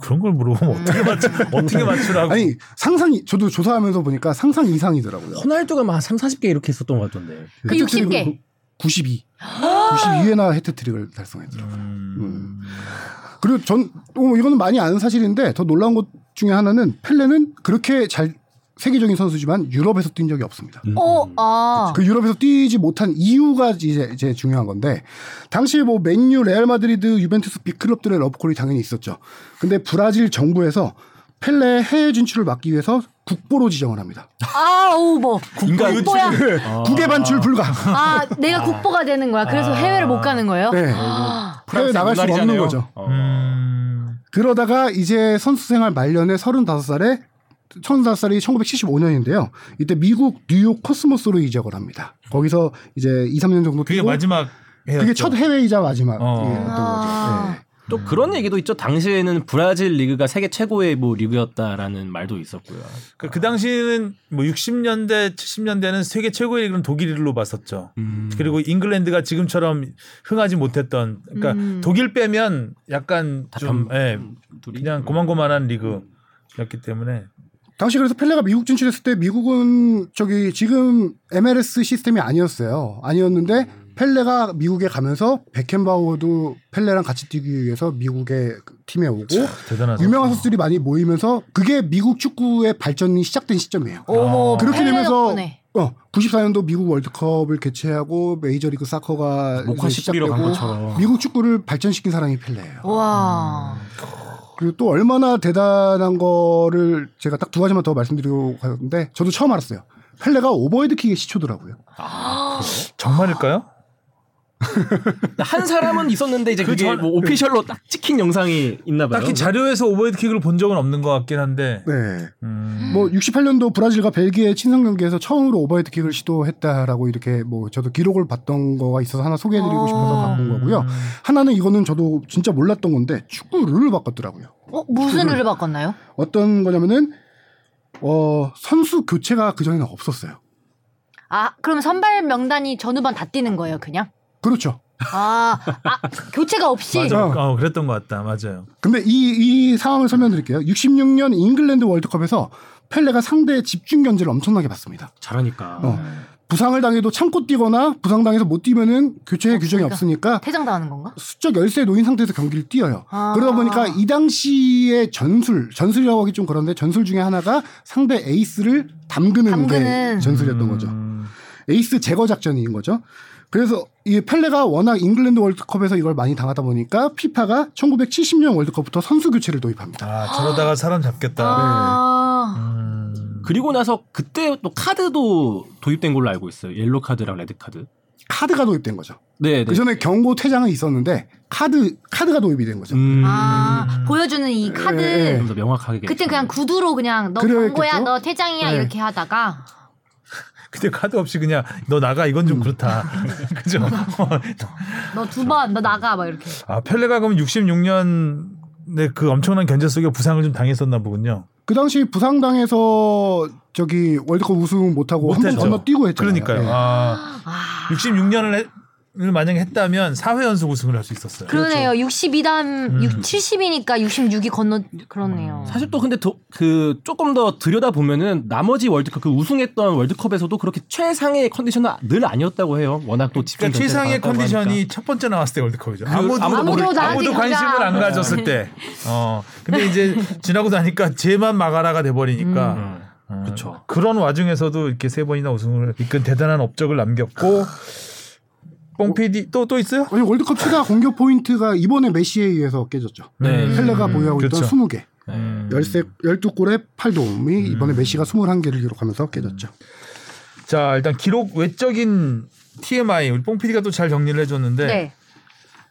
Speaker 2: 그런 걸 물어보면 어떻게 맞추 어떻게 맞추라고?
Speaker 4: 음. 아니, 상상 이 저도 조사하면서 보니까 상상 이상이더라고요.
Speaker 5: 호날두가 막 3, 40개 이렇게 했었던 것 같던데.
Speaker 1: 그 60개. 아!
Speaker 4: 92. 92회나 해트트릭을 달성했더라고요.
Speaker 2: 음.
Speaker 4: 그리고 전, 어, 이거는 많이 아는 사실인데 더 놀라운 것 중에 하나는 펠레는 그렇게 잘 세계적인 선수지만 유럽에서 뛴 적이 없습니다.
Speaker 1: 어, 아.
Speaker 4: 그 유럽에서 뛰지 못한 이유가 이제, 이제 중요한 건데 당시 뭐 맨유, 레알 마드리드, 유벤투스 빅클럽들의 러브콜이 당연히 있었죠. 근데 브라질 정부에서 펠레 해외 진출을 막기 위해서 국보로 지정을 합니다.
Speaker 1: 아, 오, 뭐.
Speaker 2: 국가
Speaker 1: 국보야.
Speaker 5: 아,
Speaker 4: 국외 반출 불가.
Speaker 1: 아, 내가 국보가 되는 거야. 그래서
Speaker 2: 아.
Speaker 1: 해외를 못 가는 거예요?
Speaker 4: 네.
Speaker 1: 아,
Speaker 4: 해외 나갈 수 없는
Speaker 5: 문화리잖아요.
Speaker 4: 거죠.
Speaker 5: 어.
Speaker 2: 음.
Speaker 4: 그러다가 이제 선수 생활 말년에 35살에 35살이 1975년인데요. 이때 미국 뉴욕 코스모스로 이적을 합니다. 거기서 이제 2, 3년 정도
Speaker 2: 그게
Speaker 4: 뛰고
Speaker 2: 마지막 해였죠.
Speaker 4: 어? 그게 첫 해외이자 마지막이었던 예,
Speaker 2: 어.
Speaker 4: 거죠.
Speaker 1: 아.
Speaker 4: 네.
Speaker 5: 또 그런 얘기도 있죠. 당시에는 브라질 리그가 세계 최고의 뭐 리그였다라는 말도 있었고요.
Speaker 2: 그, 그 당시는 뭐 60년대, 70년대는 세계 최고의 리그는 독일로 봤었죠.
Speaker 5: 음.
Speaker 2: 그리고 잉글랜드가 지금처럼 흥하지 못했던 그러니까
Speaker 1: 음.
Speaker 2: 독일 빼면 약간 좀
Speaker 5: 답답-
Speaker 2: 예,
Speaker 5: 둘이 음,
Speaker 2: 그냥 고만고만한 리그였기 때문에
Speaker 4: 당시 그래서 펠레가 미국 진출했을 때 미국은 저기 지금 MLS 시스템이 아니었어요. 아니었는데 펠레가 미국에 가면서 베켄바우어도 펠레랑 같이 뛰기 위해서 미국의 팀에 오고
Speaker 2: 대단하죠.
Speaker 4: 유명한 선수들이 많이 모이면서 그게 미국 축구의 발전이 시작된 시점이에요.
Speaker 1: 어머,
Speaker 2: 아.
Speaker 4: 그렇게
Speaker 1: 펠레
Speaker 4: 되면서
Speaker 1: 덕분에.
Speaker 4: 어, 94년도 미국 월드컵을 개최하고 메이저리그 사커가
Speaker 5: 목화
Speaker 4: 이제
Speaker 5: 시뿌리러 간
Speaker 4: 시작되고
Speaker 5: 것처럼.
Speaker 4: 미국 축구를 발전시킨 사람이 펠레예요.
Speaker 1: 와.
Speaker 2: 음.
Speaker 4: 그리고 또 얼마나 대단한 거를 제가 딱 두 가지만 더 말씀드리고 가는데 저도 처음 알았어요. 펠레가 오버헤드킥의 시초더라고요.
Speaker 2: 정말일까요?
Speaker 4: 아,
Speaker 5: 한 사람은 있었는데 이제
Speaker 2: 그
Speaker 5: 그게
Speaker 2: 전-
Speaker 5: 뭐 오피셜로 딱 찍힌 영상이 있나 봐요.
Speaker 2: 딱히 자료에서 오버헤드킥을 본 적은 없는 것 같긴 한데
Speaker 4: 네.
Speaker 2: 음,
Speaker 4: 뭐 68년도 브라질과 벨기에 친선 경기에서 처음으로 오버헤드킥을 시도했다라고 이렇게 뭐 저도 기록을 봤던 거가 있어서 하나 소개해드리고
Speaker 1: 어.
Speaker 4: 싶어서 갖고 온 거고요. 하나는 이거는 저도 진짜 몰랐던 건데 축구 룰을 바꿨더라고요.
Speaker 1: 어, 무슨
Speaker 4: 그,
Speaker 1: 룰을 바꿨나요?
Speaker 4: 어떤 거냐면은 어 선수 교체가 그 전에는 없었어요.
Speaker 1: 아, 그럼 선발 명단이 전후반 다 뛰는 거예요, 그냥?
Speaker 4: 그렇죠.
Speaker 1: 아, 아 교체가 없이.
Speaker 2: 맞아.
Speaker 4: 어.
Speaker 2: 어, 그랬던 것 같다. 맞아요.
Speaker 4: 근데 이, 이 상황을 설명드릴게요. 66년 잉글랜드 월드컵에서 펠레가 상대의 집중 견제를 엄청나게 받습니다.
Speaker 5: 잘하니까.
Speaker 4: 어. 부상을 당해도 참고 뛰거나 부상당해서 못 뛰면은 교체 규정이 없으니까
Speaker 1: 퇴장당하는 건가?
Speaker 4: 수적 열세에 놓인 상태에서 경기를 뛰어요.
Speaker 1: 아.
Speaker 4: 그러다 보니까 이 당시의 전술, 전술이라고 하기 좀 그런데 전술 중에 하나가 상대 에이스를 담그는,
Speaker 1: 담그는.
Speaker 4: 게 전술이었던
Speaker 2: 음.
Speaker 4: 거죠. 에이스 제거 작전인 거죠. 그래서 이 펠레가 워낙 잉글랜드 월드컵에서 이걸 많이 당하다 보니까 피파가 1970년 월드컵부터 선수 교체를 도입합니다.
Speaker 2: 아 저러다가 사람 잡겠다.
Speaker 1: 아.
Speaker 2: 음,
Speaker 5: 그리고 나서 그때 또 카드도 도입된 걸로 알고 있어요. 옐로 카드랑 레드 카드.
Speaker 4: 카드가 도입된 거죠.
Speaker 5: 네, 네.
Speaker 4: 그 전에 경고 퇴장은 있었는데 카드 카드가 도입이 된 거죠.
Speaker 5: 음.
Speaker 1: 아, 보여주는 이 카드.
Speaker 4: 예, 예.
Speaker 5: 좀 더 명확하게.
Speaker 1: 그때 그냥 구두로 그냥 너
Speaker 4: 그래야겠죠?
Speaker 1: 경고야, 너 퇴장이야
Speaker 4: 네.
Speaker 1: 이렇게 하다가
Speaker 2: 근데 카드 없이 그냥 너 나가 이건 좀 그렇다. 어, 그죠?
Speaker 1: 너 두 번, 너 나가 막 이렇게.
Speaker 2: 아 펠레가 그럼 66년 네, 그 엄청난 견제 속에 부상을 좀 당했었나 보군요.
Speaker 4: 그 당시 부상당해서 저기 월드컵 우승 못하고 한 번
Speaker 2: 못했죠.
Speaker 4: 건너뛰고 했잖아요.
Speaker 2: 그러니까요.
Speaker 4: 예.
Speaker 2: 아,
Speaker 1: 아,
Speaker 2: 66년을 만약에 했다면 4회 연속 우승을 할 수 있었어요.
Speaker 1: 그러네요. 62단
Speaker 2: 그렇죠. 음.
Speaker 1: 70이니까 66이 건너 그렇네요.
Speaker 5: 사실 또 근데 더, 그 조금 더 들여다 보면은 나머지 월드컵 그 우승했던 월드컵에서도 그렇게 최상의 컨디션은 늘 아니었다고 해요. 워낙 또 집중
Speaker 2: 그러니까
Speaker 5: 경기를
Speaker 2: 최상의
Speaker 5: 그렇죠. 받았다고
Speaker 2: 컨디션이
Speaker 5: 하니까.
Speaker 2: 첫 번째 나왔을 때 월드컵이죠. 아무도
Speaker 5: 아무도
Speaker 2: 아무도,
Speaker 5: 모를
Speaker 1: 때. 나한테
Speaker 2: 관심을
Speaker 1: 가자.
Speaker 2: 안 가졌을 때. 어. 근데 이제 지나고 나니까 쟤만 마가라가 돼 버리니까
Speaker 5: 음. 그쵸.
Speaker 2: 런 와중에서도 이렇게 세 번이나 우승을 이끈 대단한 업적을 남겼고
Speaker 4: 뭐-
Speaker 2: 뽕피디 또 또 있어요?
Speaker 4: 아니, 월드컵 최다 공격 포인트가 이번에 메시에 의해서 깨졌죠.
Speaker 5: 네.
Speaker 2: 음.
Speaker 4: 펠레가 보유하고
Speaker 2: 그렇죠.
Speaker 4: 있던 20개.
Speaker 2: 음.
Speaker 4: 13, 12골에 8도움이 이번에 메시가 21개를 기록하면서 깨졌죠.
Speaker 2: 자, 일단 기록 외적인 TMI 우리 뽕피디가 또 잘 정리를 해 줬는데
Speaker 1: 네.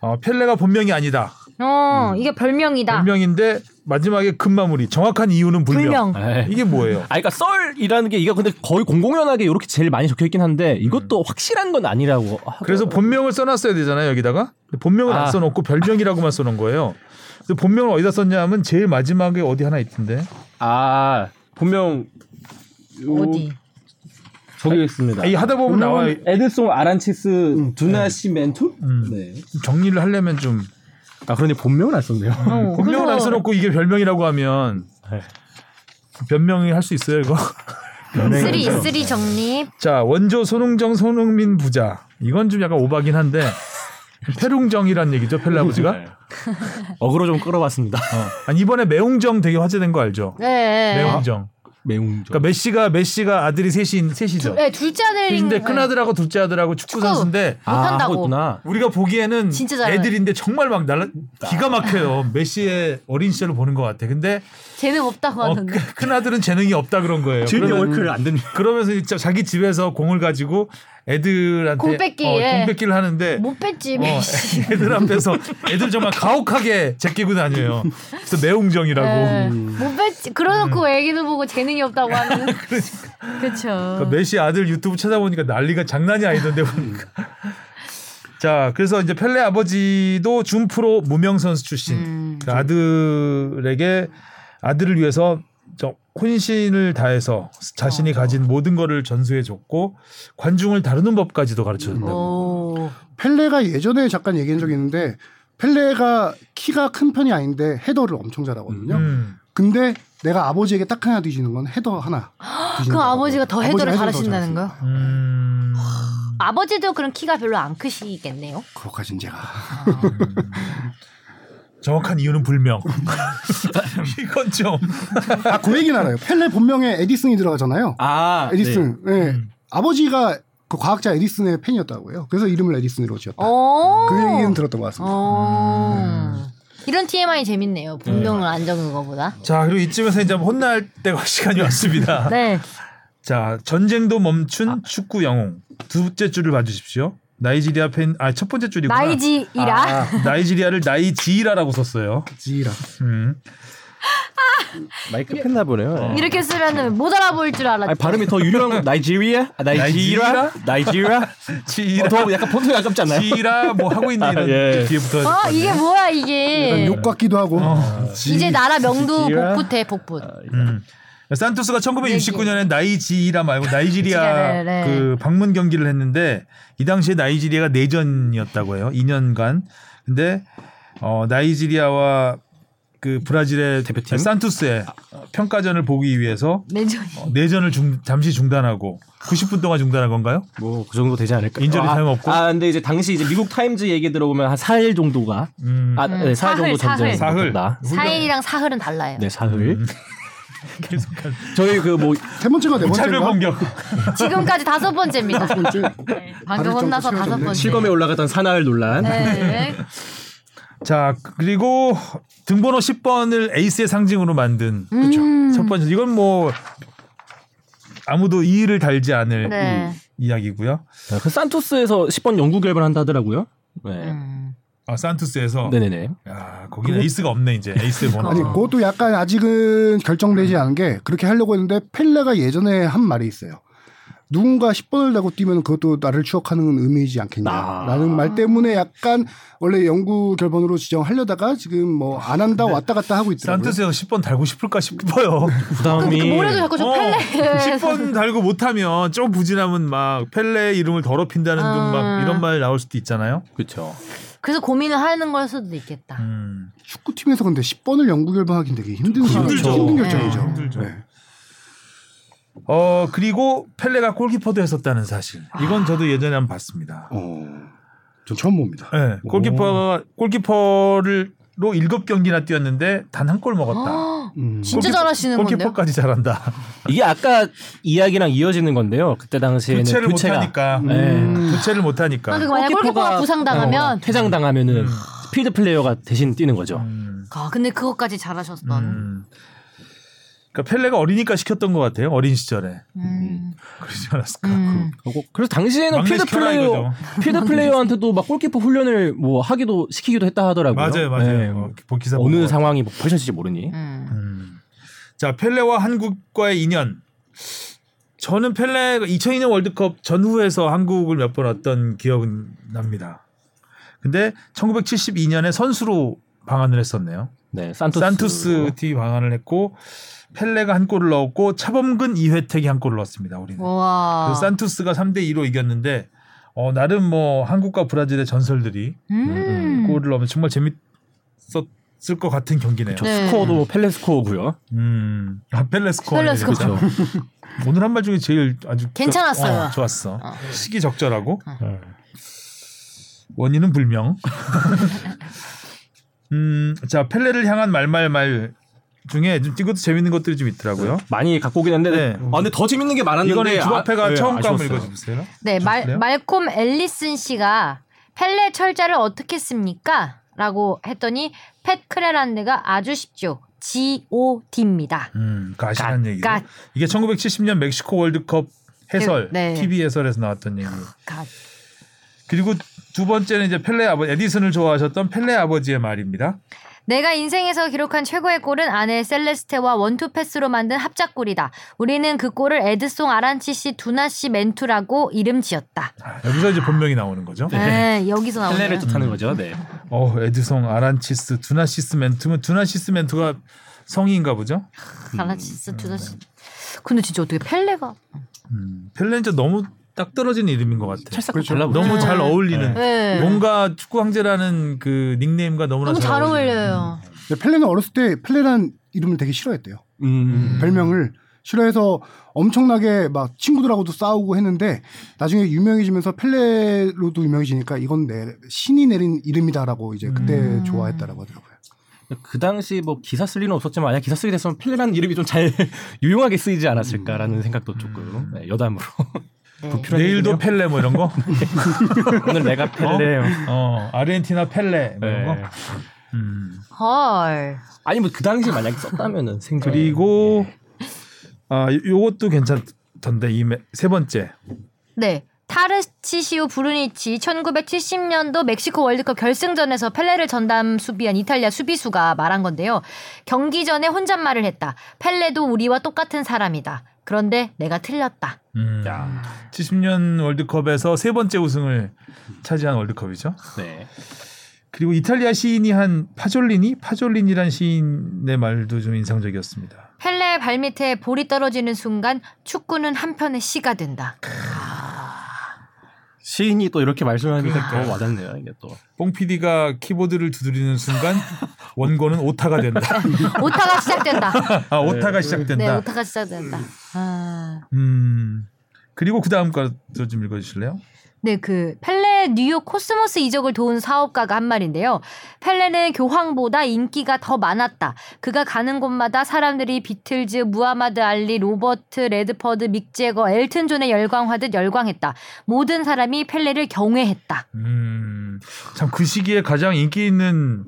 Speaker 2: 어, 펠레가 본명이 아니다.
Speaker 1: 어, 이게 별명이다.
Speaker 2: 본명인데 마지막에 금마무리. 정확한 이유는 불명. 네.
Speaker 1: 불명.
Speaker 5: 에이.
Speaker 2: 이게 뭐예요?
Speaker 5: 아, 그러니까 썰이라는 게 이게 근데 거의 공공연하게 이렇게 제일 많이 적혀 있긴 한데 이것도 확실한 건 아니라고. 하더라고요.
Speaker 2: 그래서 본명을 써놨어야 되잖아요 여기다가 근데 본명을 안
Speaker 5: 아.
Speaker 2: 써놓고 별명이라고만 써놓은 거예요. 그래서 본명을 어디다 썼냐면 제일 마지막에 어디 하나 있던데.
Speaker 5: 아 분명
Speaker 1: 어디?
Speaker 5: 저기 있습니다.
Speaker 2: 아, 이 하다 보면 나와 요
Speaker 5: 에드송 아란치스 두나시 멘투. 음. 네.
Speaker 2: 정리를 하려면 좀
Speaker 5: 아 그러니 본명은 안 썼네요.
Speaker 1: 어,
Speaker 2: 본명을 안
Speaker 1: 그래서
Speaker 2: 써놓고 이게 별명이라고 하면
Speaker 5: 네.
Speaker 2: 변명이 할 수 있어요 이거.
Speaker 1: 쓰리 쓰리 정립.
Speaker 2: 자 원조 손흥정 손흥민 부자 이건 좀 약간 오바긴 한데 페룽정이란 얘기죠 펠라 아버지가.
Speaker 5: 네. 어그로 좀 끌어봤습니다.
Speaker 2: 어. 아니, 이번에 매웅정 되게 화제된 거 알죠?
Speaker 1: 네. 네.
Speaker 2: 매웅정.
Speaker 5: 매운 좀.
Speaker 2: 그러니까 메시가 메시가 아들이 셋인 셋이죠.
Speaker 1: 네, 둘째 아들인
Speaker 2: 근데 큰 아들하고 둘째 아들하고 축구
Speaker 1: 축구.
Speaker 2: 선수인데
Speaker 1: 못한다고.
Speaker 5: 하고 있구나.
Speaker 2: 우리가 보기에는
Speaker 1: 진짜 잘하네.
Speaker 2: 애들인데 정말 막 날라 기가 막혀요. 메시의 어린 시절을 보는 것 같아. 근데
Speaker 1: 재능 없다고
Speaker 2: 어,
Speaker 1: 하는데.
Speaker 2: 큰 아들은 재능이 없다 그런 거예요.
Speaker 3: 제일
Speaker 2: 그러면-
Speaker 3: 월클 안 됩니다.
Speaker 2: 그러면서 진짜 자기 집에서 공을 가지고 애들한테
Speaker 1: 공 뺏기,
Speaker 2: 어,
Speaker 1: 예.
Speaker 2: 공 뺏기를 하는데
Speaker 1: 못 뺐지. 뭐.
Speaker 2: 어,
Speaker 1: 메시.
Speaker 2: 애들 앞에서 애들 정말 가혹하게 제끼고 다녀요. 그래서
Speaker 1: 네.
Speaker 2: 매웅정이라고.
Speaker 1: 못 뺐지. 그러놓고 애기도 보고 재능이 없다고 하는. 그렇죠.
Speaker 2: 그러니까 메시 아들 유튜브 찾아보니까 난리가 장난이 아니던데 보니까. 자, 그래서 이제 펠레 아버지도 준프로 무명 선수 출신.
Speaker 1: 음.
Speaker 2: 그 아들에게 아들을 위해서 저 혼신을 다해서
Speaker 1: 어.
Speaker 2: 자신이 가진 모든 거를 전수해 줬고 관중을 다루는 법까지도 가르쳐 줬다고.
Speaker 1: 어. 오.
Speaker 4: 펠레가 예전에 잠깐 얘기한 적이 있는데 펠레가 키가 큰 편이 아닌데 헤더를 엄청 잘하거든요.
Speaker 2: 음.
Speaker 4: 근데 내가 아버지에게 딱 하나 뒤지는 건 헤더 하나.
Speaker 1: 그 아버지가 더 헤더를
Speaker 4: 잘
Speaker 1: 잘하신다는 거요?
Speaker 2: 음.
Speaker 1: 아버지도 그럼 키가 별로 안 크시겠네요.
Speaker 4: 그것까진 제가
Speaker 2: 정확한 이유는 불명. 이건 좀
Speaker 4: 아, 그 얘기는 알아요. 펠레 본명에 에디슨이 들어가잖아요.
Speaker 5: 아
Speaker 4: 에디슨. 예. 아버지가 그 과학자 에디슨의 팬이었다고요. 그래서 이름을 에디슨으로 지었다.
Speaker 1: 어.
Speaker 4: 그 얘기는 들었던 것 같습니다.
Speaker 1: 어. 이런 TMI 재밌네요. 본명을 안 적는 것보다.
Speaker 2: 자, 그리고 이쯤에서 이제 혼날 때가 시간이 왔습니다.
Speaker 1: 네.
Speaker 2: 자, 전쟁도 멈춘 축구 영웅. 두째 줄을 봐 주십시오. 나이지리아 팬 아, 첫 번째 줄이구나.
Speaker 1: 나이지이라.
Speaker 2: 나이지리아를 나이지라라고 썼어요.
Speaker 4: 지라.
Speaker 2: 음.
Speaker 5: 마이크 팬나 보네요. 예.
Speaker 1: 이렇게 쓰면은 못 알아볼 줄 알았죠.
Speaker 5: 어. 아니 발음이 더 유려한 건 나이지리아, 아, 나이지라, 나이지라.
Speaker 2: 지라
Speaker 5: 어, 더 약간 본토 아깝지 않나요?
Speaker 2: 지라 뭐 하고 있는 이런
Speaker 5: 아, 예.
Speaker 2: 뒤에부터 아,
Speaker 1: 어, 이게 뭐야 이게.
Speaker 4: 욕 같기도 하고.
Speaker 2: 어.
Speaker 1: 이제 나라 명도
Speaker 5: 지라.
Speaker 1: 복붙해 복붙.
Speaker 2: 음. 산토스가 1969년에 나이지라 말고 나이지리아
Speaker 1: 지라를, 네.
Speaker 2: 그 방문 경기를 했는데 이 당시에 나이지리아가 내전이었다고 해요. 2년간. 근데 어 나이지리아와 그 브라질의
Speaker 5: 대표팀?
Speaker 2: 산토스의 평가전을 보기 위해서
Speaker 1: 내전이.
Speaker 2: 어, 내전을 중- 잠시 중단하고 90분 동안 중단한 건가요?
Speaker 5: 뭐 그 정도 되지 않을까?
Speaker 2: 인절이
Speaker 5: 아,
Speaker 2: 타임 없고?
Speaker 5: 아 근데 이제 당시 이제 미국 타임즈 얘기 들어보면 한 4일 정도가
Speaker 2: 음.
Speaker 5: 아 네, 4일
Speaker 1: 사흘,
Speaker 5: 정도 전쟁
Speaker 1: 사흘.
Speaker 2: 사흘.
Speaker 1: 사일이랑 사흘은 달라요.
Speaker 5: 네 사흘. 저희 그 뭐
Speaker 4: 세 번째가 네
Speaker 2: 차별
Speaker 4: 번째인가?
Speaker 2: 공격.
Speaker 1: 지금까지 다섯 번째입니다.
Speaker 4: 첫 번째.
Speaker 1: 네, 방금
Speaker 4: 발을
Speaker 1: 혼나서
Speaker 4: 좀
Speaker 1: 다섯
Speaker 4: 세워졌네.
Speaker 1: 번째.
Speaker 5: 실검에 올라갔던 사나흘 논란.
Speaker 1: 네.
Speaker 2: 자 그리고 등번호 10번을 에이스의 상징으로 만든 음. 첫 번째 이건 뭐 아무도 이의를 달지 않을
Speaker 1: 네.
Speaker 2: 이야기고요.
Speaker 5: 아, 그 산토스에서 10번 영구 결번한다 하더라고요. 네.
Speaker 1: 음.
Speaker 2: 아 산투스에서
Speaker 5: 네네네.
Speaker 2: 야 거기는 에이스가 없네 이제 에이스의 번호.
Speaker 4: 아니, 그것도 약간
Speaker 2: 음.
Speaker 4: 아직은 결정되지 않은 게 그렇게 하려고 했는데 펠레가 예전에 한 말이 있어요. 누군가 10번을 달고 뛰면 그것도 나를 추억하는 의미이지
Speaker 2: 아.
Speaker 4: 않겠냐라는 말 때문에 약간 원래 연구 결번으로 지정하려다가 지금 뭐 안 한다 왔다 갔다 하고 있더라고요.
Speaker 2: 네. 산토스가 10번 달고 싶을까 싶어요.
Speaker 1: 그
Speaker 5: 부담이
Speaker 1: 뭐래도 자꾸 저
Speaker 2: 어,
Speaker 1: 펠레
Speaker 2: 10번 달고 못하면 좀 부진하면 막 펠레 이름을 더럽힌다는 둥
Speaker 1: 아.
Speaker 2: 막 이런 말 나올 수도 있잖아요.
Speaker 5: 그렇죠.
Speaker 1: 그래서 고민을 하는 걸 수도 있겠다.
Speaker 2: 음.
Speaker 4: 축구팀에서 근데 10번을 연구 결번하기 되게 힘든
Speaker 2: 힘들죠.
Speaker 4: 힘든 결정이죠.
Speaker 1: 네,
Speaker 2: 힘들죠.
Speaker 4: 네.
Speaker 2: 어 그리고 펠레가 골키퍼도 했었다는 사실.
Speaker 1: 아.
Speaker 2: 이건 저도 예전에 한번 봤습니다.
Speaker 4: 어, 전 처음 봅니다.
Speaker 2: 네, 골키퍼가 골키퍼를로 일곱 경기나 뛰었는데 단 한 골 먹었다.
Speaker 1: 아,
Speaker 4: 음.
Speaker 1: 진짜 잘하시는 건데요.
Speaker 2: 골키퍼까지 잘한다.
Speaker 5: 이게 아까 이야기랑 이어지는 건데요. 그때 당시에는
Speaker 2: 교체를 못
Speaker 5: 교체가
Speaker 2: 하니까.
Speaker 5: 네.
Speaker 1: 네, 음.
Speaker 2: 교체를 못
Speaker 1: 아,
Speaker 2: 하니까.
Speaker 1: 그거 만약 골키퍼가 어. 부상당하면
Speaker 5: 어, 퇴장 당하면은
Speaker 2: 음.
Speaker 5: 스피드 플레이어가 대신 뛰는 거죠.
Speaker 1: 아, 근데 그것까지 잘하셨던. 음.
Speaker 2: 음. 그러니까 펠레가 어리니까 시켰던 것 같아요. 어린 시절에
Speaker 1: 음.
Speaker 2: 그러지 않았을까.
Speaker 1: 음.
Speaker 5: 그리고 그래서 당시에는
Speaker 2: 막내
Speaker 5: 필드
Speaker 2: 시켜라
Speaker 5: 플레이어
Speaker 2: 이거죠.
Speaker 5: 필드 플레이어한테도 막 골키퍼 훈련을 뭐 하기도 시키기도 했다 하더라고요.
Speaker 2: 맞아요, 맞아요.
Speaker 5: 네,
Speaker 2: 어,
Speaker 5: 뭐
Speaker 2: 보- 기사
Speaker 5: 어느
Speaker 2: 보고.
Speaker 5: 상황이 뭐 펼쳐질지 모르니.
Speaker 1: 그
Speaker 2: 음. 자 펠레와 한국과의 인연. 저는 펠레가 2002년 월드컵 전후에서 한국을 몇 번 왔던 기억은 납니다. 근데 1972년에 선수로 방한을 했었네요.
Speaker 5: 네, 산토스.
Speaker 2: 산투스 팀이 방한을 했고 펠레가 한 골을 넣었고 차범근 이회택이 한 골을 넣었습니다. 우리는.
Speaker 1: 와.
Speaker 2: 그 산투스가 3대 2로 이겼는데 어, 나름 뭐 한국과 브라질의 전설들이
Speaker 1: 음.
Speaker 2: 골을 넣으면 정말 재밌었을 것 같은 경기네요.
Speaker 5: 저
Speaker 1: 네.
Speaker 5: 스코어도 펠레 스코어고요.
Speaker 2: 음, 아, 펠레스코.
Speaker 1: 펠레스코.
Speaker 2: 그렇죠. 오늘 한 말 중에 제일 아주
Speaker 1: 괜찮았어요.
Speaker 2: 어, 좋았어.
Speaker 1: 어.
Speaker 2: 시기 적절하고
Speaker 5: 네.
Speaker 2: 원인은 불명. 음, 자 펠레를 향한 말말말 중에 좀 이것도 재밌는 것들이 좀 있더라고요.
Speaker 5: 많이 갖고 오긴 했는데
Speaker 2: 네.
Speaker 3: 아 근데 더 재밌는 게 많았는데
Speaker 2: 이거는 주바페가
Speaker 3: 아, 네,
Speaker 2: 처음 감을
Speaker 3: 아쉬웠어요.
Speaker 2: 읽어주세요.
Speaker 1: 네, 말,
Speaker 2: 그래요?
Speaker 1: 말콤 앨리슨 씨가 펠레 철자를 어떻게 씁니까? 라고 했더니 팻 크레란드가 아주 쉽죠. G.O.D입니다.
Speaker 2: 음, 그 아시는 얘기.
Speaker 1: 갓,
Speaker 2: 이게 1970년 멕시코 월드컵 해설,
Speaker 1: 네.
Speaker 2: TV 해설에서 나왔던 얘기.
Speaker 1: 갓.
Speaker 2: 그리고 두 번째는 이제 펠레 아버지 에디슨을 좋아하셨던 펠레 아버지의 말입니다.
Speaker 1: 내가 인생에서 기록한 최고의 골은 아내 셀레스테와 원투 패스로 만든 합작골이다. 우리는 그 골을 에드송 아란치 씨, 두나 씨 멘투라고 이름 지었다.
Speaker 2: 아, 여기서 이제 본명이 나오는 거죠.
Speaker 1: 네, 여기서 나오네요.
Speaker 5: 펠레를 뜻하는 거죠. 네.
Speaker 2: 어, 에드송 아란치스 두나시스 멘투면 두나시스 멘투가 성인가 보죠.
Speaker 1: 아란치스, 두나 씨. 음, 네. 근데 진짜 어떻게 펠레가?
Speaker 2: 음, 펠레는 진짜 너무 딱 떨어진 이름인 것 같아.
Speaker 5: 찰싹
Speaker 4: 그렇죠.
Speaker 5: 달라붙죠.
Speaker 2: 너무 잘 어울리는
Speaker 1: 네.
Speaker 2: 뭔가 축구 황제라는 그 닉네임과 너무나
Speaker 1: 너무 잘
Speaker 2: 어울리는.
Speaker 1: 어울려요.
Speaker 4: 근데 펠레는 어렸을 때 펠레란 이름을 되게 싫어했대요.
Speaker 5: 음.
Speaker 4: 별명을 싫어해서 엄청나게 막 친구들하고도 싸우고 했는데 나중에 유명해지면서 펠레로도 유명해지니까 이건 내 신이 내린 이름이다라고 이제 그때
Speaker 1: 음.
Speaker 4: 좋아했다라고 하더라고요.
Speaker 5: 그 당시 뭐 기사 쓸 일은 없었지만 만약 기사 쓰게 됐으면 펠레라는 이름이 좀 잘 유용하게 쓰이지 않았을까라는 생각도 조금 네, 여담으로
Speaker 1: 네.
Speaker 2: 내일도 펠레 뭐 이런 거.
Speaker 5: 오늘 내가 펠레요.
Speaker 2: 어, 아르헨티나 펠레 뭐 이런
Speaker 5: 네.
Speaker 2: 거. 음.
Speaker 1: 헐.
Speaker 5: 아니 뭐 그 당시 만약에 썼다면은 생존.
Speaker 2: 그리고 아, 요- 요것도 괜찮던데 이 세 번째.
Speaker 1: 네. 타르치시오 브루니치 1970년도 멕시코 월드컵 결승전에서 펠레를 전담 수비한 이탈리아 수비수가 말한 건데요. 경기 전에 혼잣말을 했다. 펠레도 우리와 똑같은 사람이다. 그런데 내가 틀렸다.
Speaker 2: 음. 70년 월드컵에서 세 번째 우승을 차지한 월드컵이죠.
Speaker 5: 네.
Speaker 2: 그리고 이탈리아 시인이 한 파졸리니 파졸리니란 시인의 말도 좀 인상적이었습니다.
Speaker 1: 펠레의 발밑에 볼이 떨어지는 순간 축구는 한편의 시가 된다.
Speaker 5: 시인이 또 이렇게 말씀하니까 더 와닿네요. 이게 또
Speaker 2: 뽕 PD가 키보드를 두드리는 순간 원고는 오타가 된다.
Speaker 1: 오타가 시작된다.
Speaker 2: 아 오타가
Speaker 1: 네,
Speaker 2: 시작된다.
Speaker 1: 오타가 시작된다. 아.
Speaker 2: 음 그리고 그 다음 거도 좀 읽어주실래요?
Speaker 1: 네, 그 펠레 뉴욕 코스모스 이적을 도운 사업가가 한 말인데요. 펠레는 교황보다 인기가 더 많았다. 그가 가는 곳마다 사람들이 비틀즈, 무하마드 알리, 로버트 레드퍼드, 믹제거, 엘튼 존에 열광하듯 열광했다. 모든 사람이 펠레를 경외했다.
Speaker 2: 음참 그 시기에 가장 인기 있는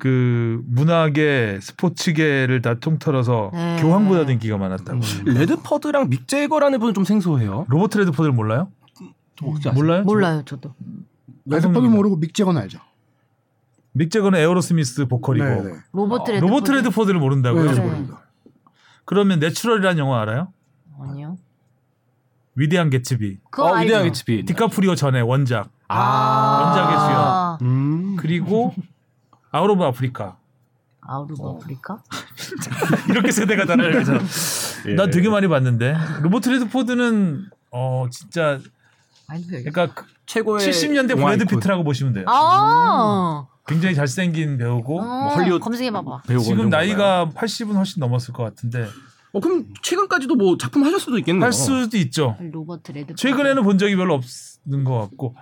Speaker 2: 그 문학계 스포츠계를 다 통틀어서
Speaker 1: 네.
Speaker 2: 교황보다도 인기가 많았다고.
Speaker 5: 레드퍼드랑 믹제거라는 분은 좀 생소해요.
Speaker 2: 로버트 레드포드를 몰라요?
Speaker 5: 좀 혹시 아세요?
Speaker 2: 몰라요?
Speaker 1: 몰라요, 저도.
Speaker 4: 레드퍼도
Speaker 2: 감독님이다.
Speaker 4: 모르고 믹재건 알죠.
Speaker 2: 믹재건은 에어로스미스 보컬이고
Speaker 4: 네, 네.
Speaker 1: 로버트 레드퍼드.
Speaker 2: 아, 로버트 레드포드를 모른다고요?
Speaker 4: 네,
Speaker 1: 네.
Speaker 4: 모릅니다.
Speaker 2: 그러면 내추럴이라는 영화 알아요?
Speaker 1: 아니요.
Speaker 2: 위대한 개츠비,
Speaker 1: 그거
Speaker 5: 어,
Speaker 1: 알죠.
Speaker 5: 위대한 HB.
Speaker 2: 디카프리오 전의 원작,
Speaker 5: 아.
Speaker 2: 원작의 주연.
Speaker 4: 음.
Speaker 2: 그리고 아웃 오브 아프리카.
Speaker 1: 아우르 뭐 아프리카?
Speaker 2: 이렇게 세대가 다르죠.
Speaker 5: 예.
Speaker 2: 나 되게 많이 봤는데 로버트 레드포드는 어 진짜 그러니까 그
Speaker 5: 최고의
Speaker 2: 70년대
Speaker 5: 영화
Speaker 2: 브래드
Speaker 5: 아이콘.
Speaker 2: 피트라고 보시면 돼요.
Speaker 1: 아.
Speaker 2: 굉장히 잘생긴 배우고
Speaker 1: 어,
Speaker 5: 헐리우드-
Speaker 1: 검색해 봐봐.
Speaker 5: 배우고
Speaker 2: 지금
Speaker 5: 이런 건가요?
Speaker 2: 나이가 80은 훨씬 넘었을 것 같은데
Speaker 5: 어, 그럼 최근까지도 뭐 작품 하셨 수도 있겠네요.
Speaker 2: 할 수도 있죠.
Speaker 1: 로버트 레드.
Speaker 2: 최근에는 본 적이 별로 없는 것 같고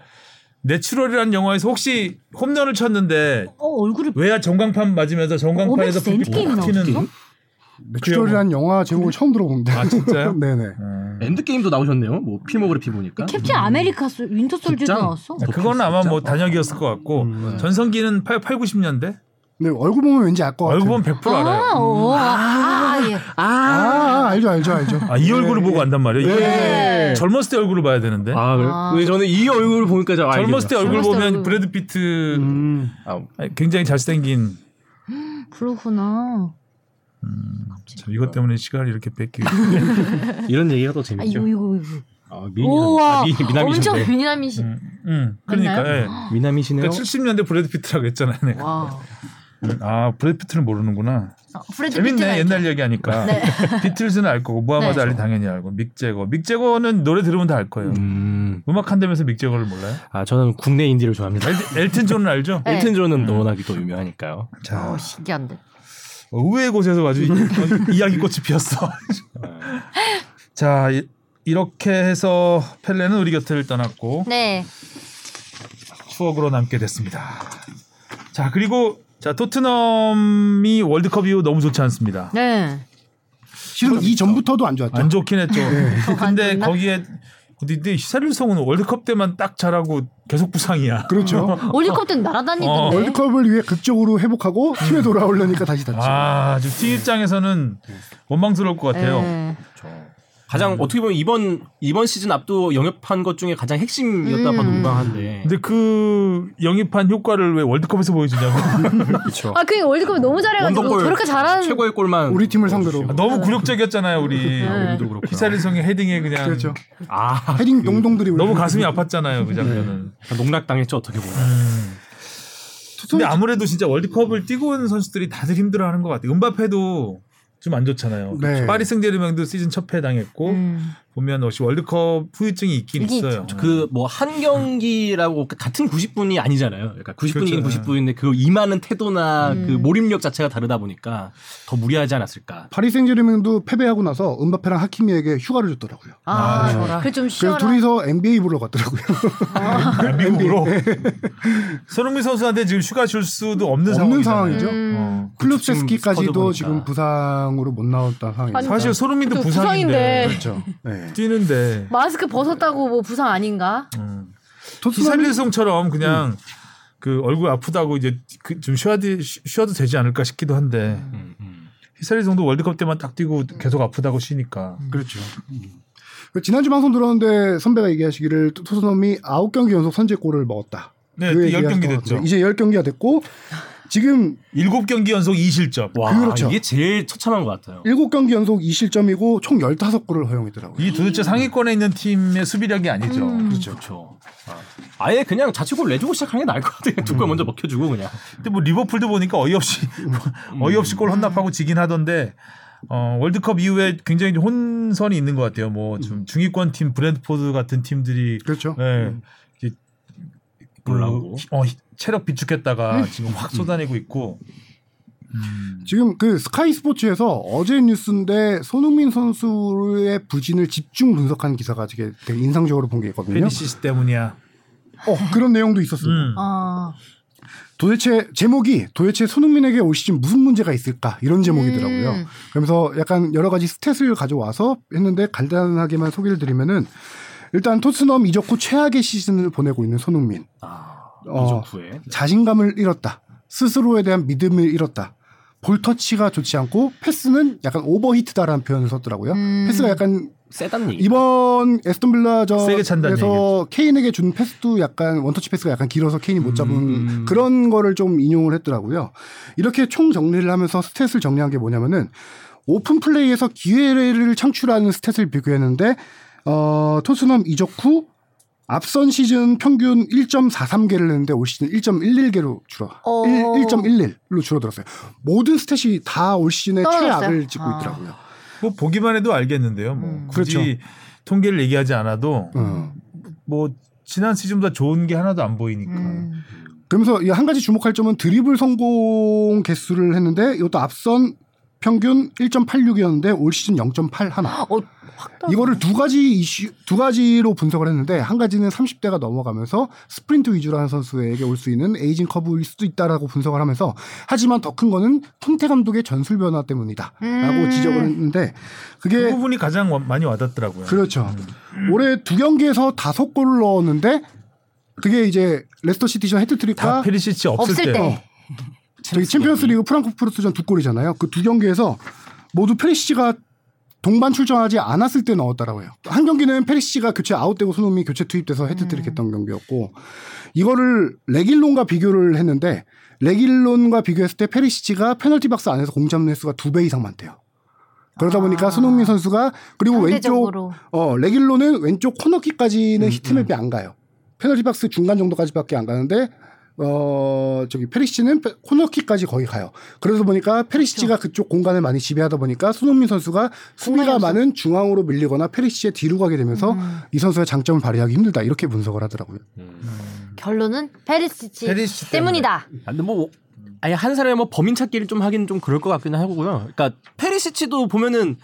Speaker 2: 내추럴이라는 영화에서 혹시 홈런을 쳤는데
Speaker 1: 어 얼굴이
Speaker 2: 외야 전광판 맞으면서 전광판에서
Speaker 1: 오백 센트 게임 나왔어?
Speaker 4: 내추럴이란 그 영화 제목을 처음 들어봅니다.
Speaker 2: 아 진짜요?
Speaker 4: 네네.
Speaker 2: 음.
Speaker 5: 엔드 게임도 나오셨네요. 뭐 필모그래피 보니까.
Speaker 1: 캡틴 아메리카 소, 윈터 솔저도
Speaker 5: 진짜?
Speaker 1: 나왔어.
Speaker 5: 네.
Speaker 2: 그건 아마 뭐 단역이었을 것 같고
Speaker 4: 음.
Speaker 2: 전성기는 8, 8 90년대
Speaker 4: 근데 얼굴 보면 왠지 알 것 같아요.
Speaker 2: 얼굴 보면 100% 알아요.
Speaker 1: 어, 아, 아, 예.
Speaker 4: 아, 아, 알죠, 알죠, 알죠.
Speaker 2: 아 이 얼굴을 보고 안단 말이에요. 이거는
Speaker 1: 네.
Speaker 2: 젊었을 때 얼굴을 봐야 되는데
Speaker 5: 아, 그래?
Speaker 1: 아.
Speaker 5: 근데 저는 이 얼굴을 보니까 잘 알게
Speaker 2: 젊었을 때
Speaker 5: 됐어요.
Speaker 1: 젊었을
Speaker 2: 얼굴
Speaker 1: 때
Speaker 2: 보면
Speaker 1: 얼굴.
Speaker 2: 브래드 피트
Speaker 4: 음.
Speaker 5: 아,
Speaker 2: 아니, 굉장히 잘생긴
Speaker 1: 그렇구나.
Speaker 2: 참, 이것 때문에 시간을 이렇게 뺏기
Speaker 5: 이런 얘기가 더
Speaker 1: 아, 이거
Speaker 5: 재밌죠.
Speaker 1: 이거 이거.
Speaker 5: 아,
Speaker 1: 우와.
Speaker 5: 그렇죠. 미, 미남이신데.
Speaker 1: 엄청 미남이시.
Speaker 2: 음, 음, 그러니까
Speaker 1: 맞나요?
Speaker 2: 예.
Speaker 5: 미남이시네요.
Speaker 2: 그러니까 70년대 브래드 피트라고 했잖아요 내가.
Speaker 1: 와.
Speaker 2: 음, 아 브래드 피트는 모르는구나
Speaker 1: 어, 프레드 피트가
Speaker 2: 재밌네
Speaker 1: 이렇게.
Speaker 2: 옛날 얘기하니까 비틀즈는 알 거고 무하마드
Speaker 1: 네.
Speaker 2: 알리 당연히 알고 믹재거 믹재거는 노래 들으면 다 알 거예요
Speaker 5: 음.
Speaker 2: 음악 한다면서 믹재거를 몰라요?
Speaker 5: 아, 저는 국내 인디를 좋아합니다.
Speaker 2: 엘, 엘튼 존은 알죠?
Speaker 1: 네.
Speaker 5: 엘튼 존은 워낙에 또 유명하니까.
Speaker 2: 자 어,
Speaker 1: 어, 신기한데.
Speaker 2: 의외의 곳에서 아주 이- 어, 이야기꽃이 피었어 자 이, 이렇게 해서 펠레는 우리 곁을 떠났고
Speaker 1: 네.
Speaker 2: 추억으로 남게 됐습니다. 자 그리고 자 토트넘이 월드컵 이후 너무 좋지 않습니다.
Speaker 1: 네.
Speaker 4: 실은 이 전부터도 안 좋았죠.
Speaker 2: 안 좋긴 했죠.
Speaker 4: 네.
Speaker 2: 근데
Speaker 1: 좋나?
Speaker 2: 거기에 근데 히사릴송은 월드컵 때만 딱 잘하고 계속 부상이야.
Speaker 4: 그렇죠.
Speaker 1: 올리컵 때는 날아다니던데.
Speaker 4: 월드컵을 위해 극적으로 회복하고 팀에 돌아오려니까 다시 다치.
Speaker 2: 음. 아,
Speaker 4: 네.
Speaker 2: 지금 팀 입장에서는 원망스러울 것 같아요.
Speaker 1: 네.
Speaker 5: 가장 어떻게 보면 이번 이번 시즌 앞도 영입한 것 중에 가장 핵심이었다 봐도
Speaker 1: 음.
Speaker 5: 무방한데.
Speaker 2: 근데 그 영입한 효과를 왜 월드컵에서 보여주냐고.
Speaker 5: 그렇죠.
Speaker 1: 아, 그게 월드컵 너무 잘해가지고 저렇게 잘하는.
Speaker 5: 최고의 골만
Speaker 4: 우리 팀을 상대로.
Speaker 5: 넣어주시고.
Speaker 2: 아, 너무 굴욕적이었잖아요, 우리.
Speaker 1: 네.
Speaker 5: 우리도 그렇고.
Speaker 2: 히사릴송의 헤딩에 그냥
Speaker 4: 그렇죠.
Speaker 5: 아,
Speaker 4: 헤딩 용동들이
Speaker 2: 너무 가슴이 아팠잖아요, 그 장면은.
Speaker 5: 농락당했죠 어떻게 보면.
Speaker 2: 근데 아무래도 진짜 월드컵을 뛰고 온 선수들이 다들 힘들어하는 것 같아요. 은바페도 좀 안 좋잖아요. 그렇죠.
Speaker 4: 네.
Speaker 2: 파리 생제르맹도 시즌 첫 패 당했고
Speaker 1: 음.
Speaker 2: 보면 역시 월드컵 후유증이 네. 있긴
Speaker 1: 이게
Speaker 2: 있어요.
Speaker 5: 그 뭐 한 경기라고 그 같은 90분이 아니잖아요. 그러니까 90분이긴
Speaker 2: 그렇죠.
Speaker 5: 90분인데 그 임하는 태도나
Speaker 1: 음.
Speaker 5: 그 몰입력 자체가 다르다 보니까 더 무리하지 않았을까.
Speaker 4: 파리 생제르맹도 패배하고 나서 은바페랑 하키미에게 휴가를 줬더라고요.
Speaker 1: 아, 그좀
Speaker 4: 그래서
Speaker 1: 쉬어라.
Speaker 4: 둘이서 NBA 보러 갔더라고요.
Speaker 2: 아, 미국으로 손흥민 선수한테 지금 휴가 줄 수도 없는, 상황이잖아요.
Speaker 4: 없는 상황이죠.
Speaker 1: 음.
Speaker 2: 어.
Speaker 4: 클럽체스키까지도
Speaker 5: 스쿼드
Speaker 4: 지금
Speaker 5: 보니까.
Speaker 4: 부상으로 못 나왔다 상황이죠.
Speaker 1: 아니,
Speaker 2: 어. 사실 손흥민도
Speaker 1: 또 부상인데.
Speaker 2: 부상인데,
Speaker 4: 그렇죠. 네.
Speaker 2: 뛰는데
Speaker 1: 마스크 벗었다고 뭐 부상 아닌가?
Speaker 2: 음.
Speaker 4: 토트넘이
Speaker 2: 히살리송처럼 그냥 그 얼굴 아프다고 이제 그 좀 쉬어야 돼- 쉬- 쉬어도 되지 않을까 싶기도 한데
Speaker 5: 음, 음.
Speaker 2: 히살리송도 월드컵 때만 딱 뛰고 계속 아프다고 쉬니까
Speaker 4: 그렇죠. 그 지난주 방송 들었는데 선배가 얘기하시기를 토- 토트넘이 9경기 연속 선제골을 먹었다.
Speaker 2: 네,
Speaker 4: 그
Speaker 2: 또
Speaker 4: 얘기가
Speaker 2: 10경기
Speaker 4: 나왔거든요.
Speaker 2: 됐죠.
Speaker 4: 이제 10경기가 됐고 지금
Speaker 2: 일곱 경기 연속 2실점.
Speaker 5: 와
Speaker 4: 그렇죠.
Speaker 5: 이게 제일 처참한 것 같아요.
Speaker 4: 7경기 연속 2실점이고 총 15골을 허용했더라고요.
Speaker 2: 이 도대체 상위권에 있는 팀의 수비력이 아니죠.
Speaker 5: 그렇죠. 그렇죠. 아. 예 그냥 자책골 내주고 시작하는 게 나을 것 같아요. 두 골 먼저 먹혀주고 그냥.
Speaker 2: 근데 뭐 리버풀도 보니까 어이없이 어이없이 골 헌납하고 지긴 하던데 어, 월드컵 이후에 굉장히 좀 혼선이 있는 것 같아요. 뭐 좀 중위권 팀 브랜드포드 같은 팀들이
Speaker 4: 그렇죠.
Speaker 2: 예, 이렇게 그,
Speaker 5: 올라오고.
Speaker 2: 어, 히- 체력 비축했다가 지금 확 쏟아내고 있고 음,
Speaker 4: 지금 그 스카이 스포츠에서 어제 뉴스인데 손흥민 선수의 부진을 집중 분석한 기사가 되게, 되게 인상적으로 본 게 있거든요.
Speaker 2: 베니시스 때문이야.
Speaker 4: 어, 그런 내용도 있었습니다.
Speaker 2: 네, 음.
Speaker 1: 아.
Speaker 4: 도대체 제목이 도대체 손흥민에게 올 시즌 무슨 문제가 있을까 이런 제목이더라고요.
Speaker 1: 음.
Speaker 4: 그러면서 약간 여러 가지 스탯을 가져와서 했는데 간단하게만 소개를 드리면은 일단 토트넘 이적 후 최악의 시즌을 보내고 있는 손흥민.
Speaker 5: 아,
Speaker 4: 어.
Speaker 5: 이적 후에.
Speaker 4: 자신감을 잃었다. 스스로에 대한 믿음을 잃었다. 볼 터치가 좋지 않고 패스는 약간 오버히트다라는 표현을 썼더라고요.
Speaker 1: 음.
Speaker 4: 패스가 약간
Speaker 5: 세단 얘기.
Speaker 4: 이번 에스턴
Speaker 2: 세게 찬다는
Speaker 4: 빌라전에서 케인에게 준 패스도 약간 원터치 패스가 약간 길어서 케인이 못 잡은
Speaker 2: 음.
Speaker 4: 그런 거를 좀 인용을 했더라고요. 이렇게 총 정리를 하면서 스탯을 정리한 게 뭐냐면은 오픈 플레이에서 기회를 창출하는 스탯을 비교했는데 어, 토트넘 이적 후 앞선 시즌 평균 1.43개를 했는데 올 시즌 1.11개로 줄어
Speaker 1: 어.
Speaker 4: 1.11로 줄어들었어요. 모든 스탯이 다 올 시즌에
Speaker 1: 떨어졌어요?
Speaker 4: 최악을 찍고
Speaker 1: 아.
Speaker 4: 있더라고요.
Speaker 2: 뭐 보기만 해도 알겠는데요. 뭐
Speaker 1: 음.
Speaker 2: 굳이
Speaker 4: 그렇죠.
Speaker 2: 통계를 얘기하지 않아도
Speaker 4: 음.
Speaker 2: 뭐 지난 시즌보다 좋은 게 하나도 안 보이니까.
Speaker 1: 음.
Speaker 4: 그러면서 이한 가지 주목할 점은 드리블 성공 개수를 했는데 이것도 앞선 평균 1.86이었는데 올 시즌 0.8 하나.
Speaker 1: 어, 확 떨어졌네.
Speaker 4: 이거를 두 가지 이슈 두 가지로 분석을 했는데 한 가지는 30대가 넘어가면서 스프린트 위주로 하는 선수에게 올 수 있는 에이징 커브일 수도 있다라고 분석을 하면서 하지만 더 큰 거는 콘테 감독의 전술 변화 때문이다라고
Speaker 1: 음.
Speaker 4: 지적을 했는데
Speaker 2: 그
Speaker 4: 그게
Speaker 2: 부분이 가장 와- 많이 와닿더라고요.
Speaker 4: 그렇죠. 올해 두 경기에서 다섯 골을 넣었는데 그게 이제 레스터 시티전
Speaker 2: 다
Speaker 4: 헤트트릭과
Speaker 2: 페리시치 없을,
Speaker 1: 없을
Speaker 2: 때.
Speaker 1: 때.
Speaker 4: 저기 챔피언스리그 프랑크푸르트전 두 골이잖아요. 그 두 경기에서 모두 페리시가 동반 출전하지 않았을 때 넣었다라고 해요. 한 경기는 페리시가 교체 아웃되고 손흥민이 교체 투입돼서 헤트트릭 했던 경기였고 이거를 레길론과 비교를 했는데 레길론과 비교했을 때 페리시가 페널티 박스 안에서 공 잡는 횟수가 두 배 이상 많대요. 그러다 보니까
Speaker 1: 아.
Speaker 4: 손흥민 선수가 그리고 왼쪽
Speaker 1: 상대적으로
Speaker 4: 어, 레길로는 왼쪽 코너킥까지는
Speaker 1: 음,
Speaker 4: 히트맵이 안 가요. 페널티 박스 중간 정도까지밖에 안 가는데 어 저기 페리시는 페- 코너킥까지 거의 가요. 그러다 보니까 페리시가 그쪽 공간을 많이 지배하다 보니까 손흥민 선수가 수비가
Speaker 1: 없어. 음.
Speaker 4: 많은 중앙으로 밀리거나 페리시의 뒤로 가게 되면서 이 선수의 장점을 발휘하기 힘들다 이렇게 분석을 하더라고요.
Speaker 1: 결론은 페리시치
Speaker 2: 페리시치
Speaker 1: 때문이다.
Speaker 5: 아, 근데 뭐 아예 한 사람이 뭐 범인 찾기를 좀 하긴 좀 그럴 것 같긴 하고요. 그러니까 페리시치도 보면은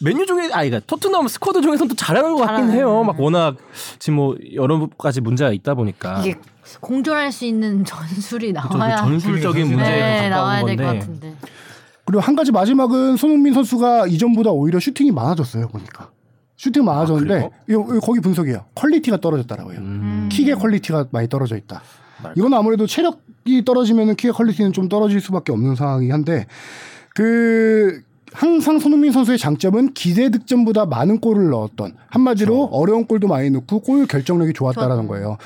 Speaker 5: 맨유 중에 아이가 그러니까 토트넘 스쿼드 중에서는 또 잘하는 것 같긴
Speaker 1: 잘하네.
Speaker 5: 해요. 막 워낙 지금 뭐 여러 가지 문제가 있다 보니까
Speaker 1: 이게 공존할 수 있는 전술이
Speaker 5: 좀
Speaker 1: 나와야
Speaker 5: 그 전술적인
Speaker 2: 그러니까
Speaker 5: 문제에
Speaker 1: 네,
Speaker 5: 더
Speaker 1: 나와야
Speaker 5: 가까운
Speaker 1: 될 것
Speaker 5: 건데
Speaker 1: 같은데.
Speaker 4: 그리고 한 가지 마지막은 손흥민 선수가 이전보다 오히려 슈팅이 많아졌어요 보니까 슈팅 많아졌는데
Speaker 5: 그래요?
Speaker 4: 이거- 이거 거기 분석이에요. 퀄리티가 떨어졌다라고요.
Speaker 1: 음.
Speaker 4: 킥의 퀄리티가 많이 떨어져 있다.
Speaker 5: 맞아요.
Speaker 4: 이건 아무래도 체력이 떨어지면 킥의 퀄리티는 좀 떨어질 수밖에 없는 상황이 한데 그 항상 손흥민 선수의 장점은 기대 득점보다 많은 골을 넣었던 한마디로
Speaker 1: 그렇죠.
Speaker 4: 어려운 골도 많이 넣고 골 결정력이 좋았다라는 거예요.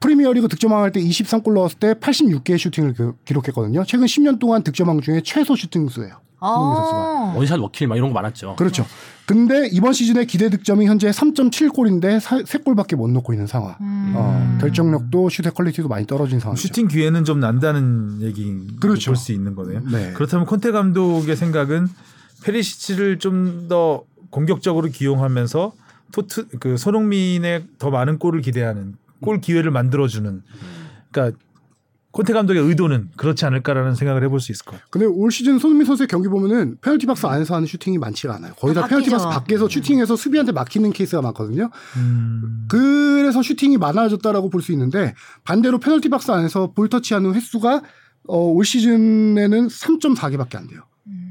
Speaker 4: 프리미어리그 득점왕 할 때 23골 넣었을 때 86개의 슈팅을 그- 기록했거든요. 최근 10년 동안 득점왕 중에 최소 슈팅 수예요. 손흥민 선수가.
Speaker 1: 아,
Speaker 5: 원샷 워킬 막 이런 거 많았죠.
Speaker 4: 그렇죠. 근데 이번 시즌의 기대 득점이 현재 3.7골인데 3골밖에 못 넣고 있는 상황.
Speaker 1: 음.
Speaker 4: 어, 결정력도 슛의 퀄리티도 많이 떨어진 상황이죠.
Speaker 2: 그렇죠. 슈팅 기회는 좀 난다는 얘기인
Speaker 4: 그렇죠.
Speaker 2: 볼수 있는 거네요.
Speaker 4: 네.
Speaker 2: 그렇다면 콘테 감독의 생각은 페리시치를 좀 더 공격적으로 기용하면서 토트 그 손흥민의 더 많은 골을 기대하는 골 기회를 만들어 주는 그러니까 콘테 감독의 의도는 그렇지 않을까라는 생각을 해볼 수 있을 것 같아요.
Speaker 4: 근데 올 시즌 손흥민 선수의 경기 보면은 페널티 박스 안에서 하는 슈팅이 많지가 않아요. 거의 다
Speaker 1: 아,
Speaker 4: 페널티 박스
Speaker 1: 바뀌죠.
Speaker 4: 밖에서 슈팅해서 수비한테 막히는 케이스가 많거든요.
Speaker 2: 음.
Speaker 4: 그래서 슈팅이 많아졌다라고 볼 수 있는데 반대로 페널티 박스 안에서 볼 터치하는 횟수가 어, 올 시즌에는 3.4개밖에 안 돼요.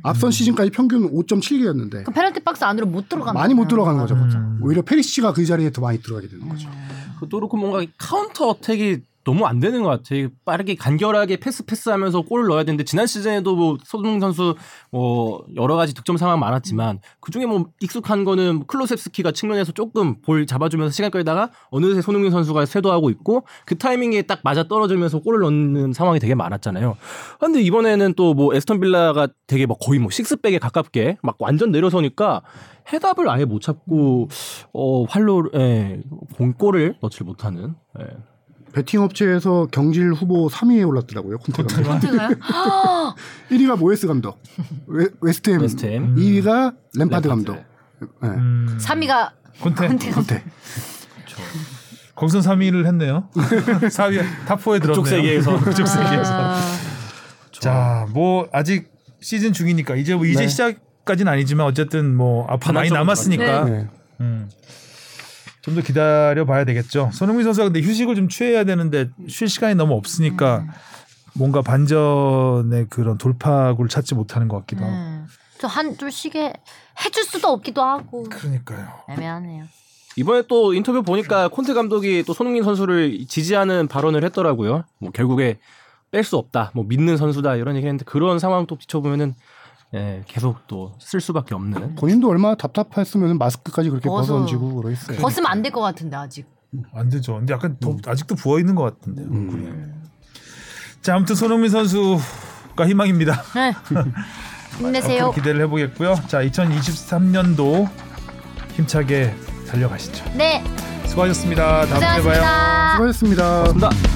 Speaker 4: 앞선 시즌까지 평균 5.7개였는데
Speaker 1: 음. 그럼 페널티 박스 안으로 못 들어가는
Speaker 4: 많이 못 들어가는 거죠.
Speaker 2: 음.
Speaker 4: 오히려 페리시가 그 자리에 더 많이 들어가게 되는
Speaker 1: 음.
Speaker 4: 거죠.
Speaker 5: 그것도 그렇고 뭔가 카운터 어택이 너무 안 되는 것 같아요. 빠르게 간결하게 패스 패스하면서 골을 넣어야 되는데 지난 시즌에도 뭐 손흥민 선수 뭐 여러 가지 득점 상황
Speaker 2: 음.
Speaker 5: 많았지만 그 중에 뭐 익숙한 거는 클로셉스키가 측면에서 조금 볼 잡아주면서 시간 끌다가 어느새 손흥민 선수가 쇄도하고 있고 그 타이밍에 딱 맞아 떨어지면서 골을 넣는 상황이 되게 많았잖아요. 근데 이번에는 또 뭐 에스턴 빌라가 되게 막 거의 뭐 식스백에 가깝게 막 완전 내려서니까 해답을 아예 못 찾고 어 활로 예, 공골을 넣지 못하는 예.
Speaker 4: 베팅 업체에서 경질 후보 3위에 올랐더라고요. 콘테 감독.
Speaker 1: 콘테가요?
Speaker 4: 1위가 모에스 감독, 웨, 웨스트햄,
Speaker 5: 웨스트햄.
Speaker 4: 2위가
Speaker 5: 램파드.
Speaker 4: 램파드 감독. 예.
Speaker 2: 음.
Speaker 1: 3위가
Speaker 2: 콘테
Speaker 1: 콘테
Speaker 4: 콘테.
Speaker 2: 거기서 3위를 했네요. 4위 탑4에 들었네요.
Speaker 5: 그쪽 세계에서.
Speaker 2: 그쪽 세계에서.
Speaker 1: 아,
Speaker 2: 자, 뭐 아직 시즌 중이니까 이제 뭐 이제
Speaker 4: 네.
Speaker 2: 시작까지는 아니지만 어쨌든 뭐 앞으로 많이
Speaker 5: 반환점은
Speaker 2: 남았으니까 음.
Speaker 4: 네.
Speaker 2: 좀 더 기다려 봐야 되겠죠. 손흥민 선수가 근데 휴식을 좀 취해야 되는데 쉴 시간이 너무 없으니까 뭔가 반전의 그런 돌파구를 찾지 못하는 것 같기도 하고.
Speaker 1: 음. 저한 좀 쉬게 해줄 수도 없기도 하고
Speaker 2: 그러니까요.
Speaker 1: 애매하네요.
Speaker 5: 이번에 또 인터뷰 보니까 콘테 감독이 또 손흥민 선수를 지지하는 발언을 했더라고요. 뭐 결국에 뺄 수 없다. 뭐 믿는 선수다 이런 얘기를 했는데 그런 상황 또 비춰보면은 예, 계속 또 쓸 수밖에 없는
Speaker 4: 본인도 얼마나 답답했으면 마스크까지 그렇게
Speaker 1: 벗어.
Speaker 4: 벗어던지고 그러겠어요.
Speaker 1: 벗으면 안 될 것 같은데 아직.
Speaker 2: 안 되죠. 근데 약간
Speaker 4: 음.
Speaker 2: 더- 아직도 부어 있는 것 같은데요. 자, 아무튼 손흥민 선수가 희망입니다.
Speaker 1: 네. 힘내세요.
Speaker 2: 앞으로 기대를 해보겠고요. 자, 2023년도 힘차게
Speaker 7: 달려가시죠.
Speaker 1: 네,
Speaker 7: 수고하셨습니다. 다음에 봐요.
Speaker 1: 고생하셨습니다.
Speaker 2: 수고하셨습니다.
Speaker 4: 고맙습니다.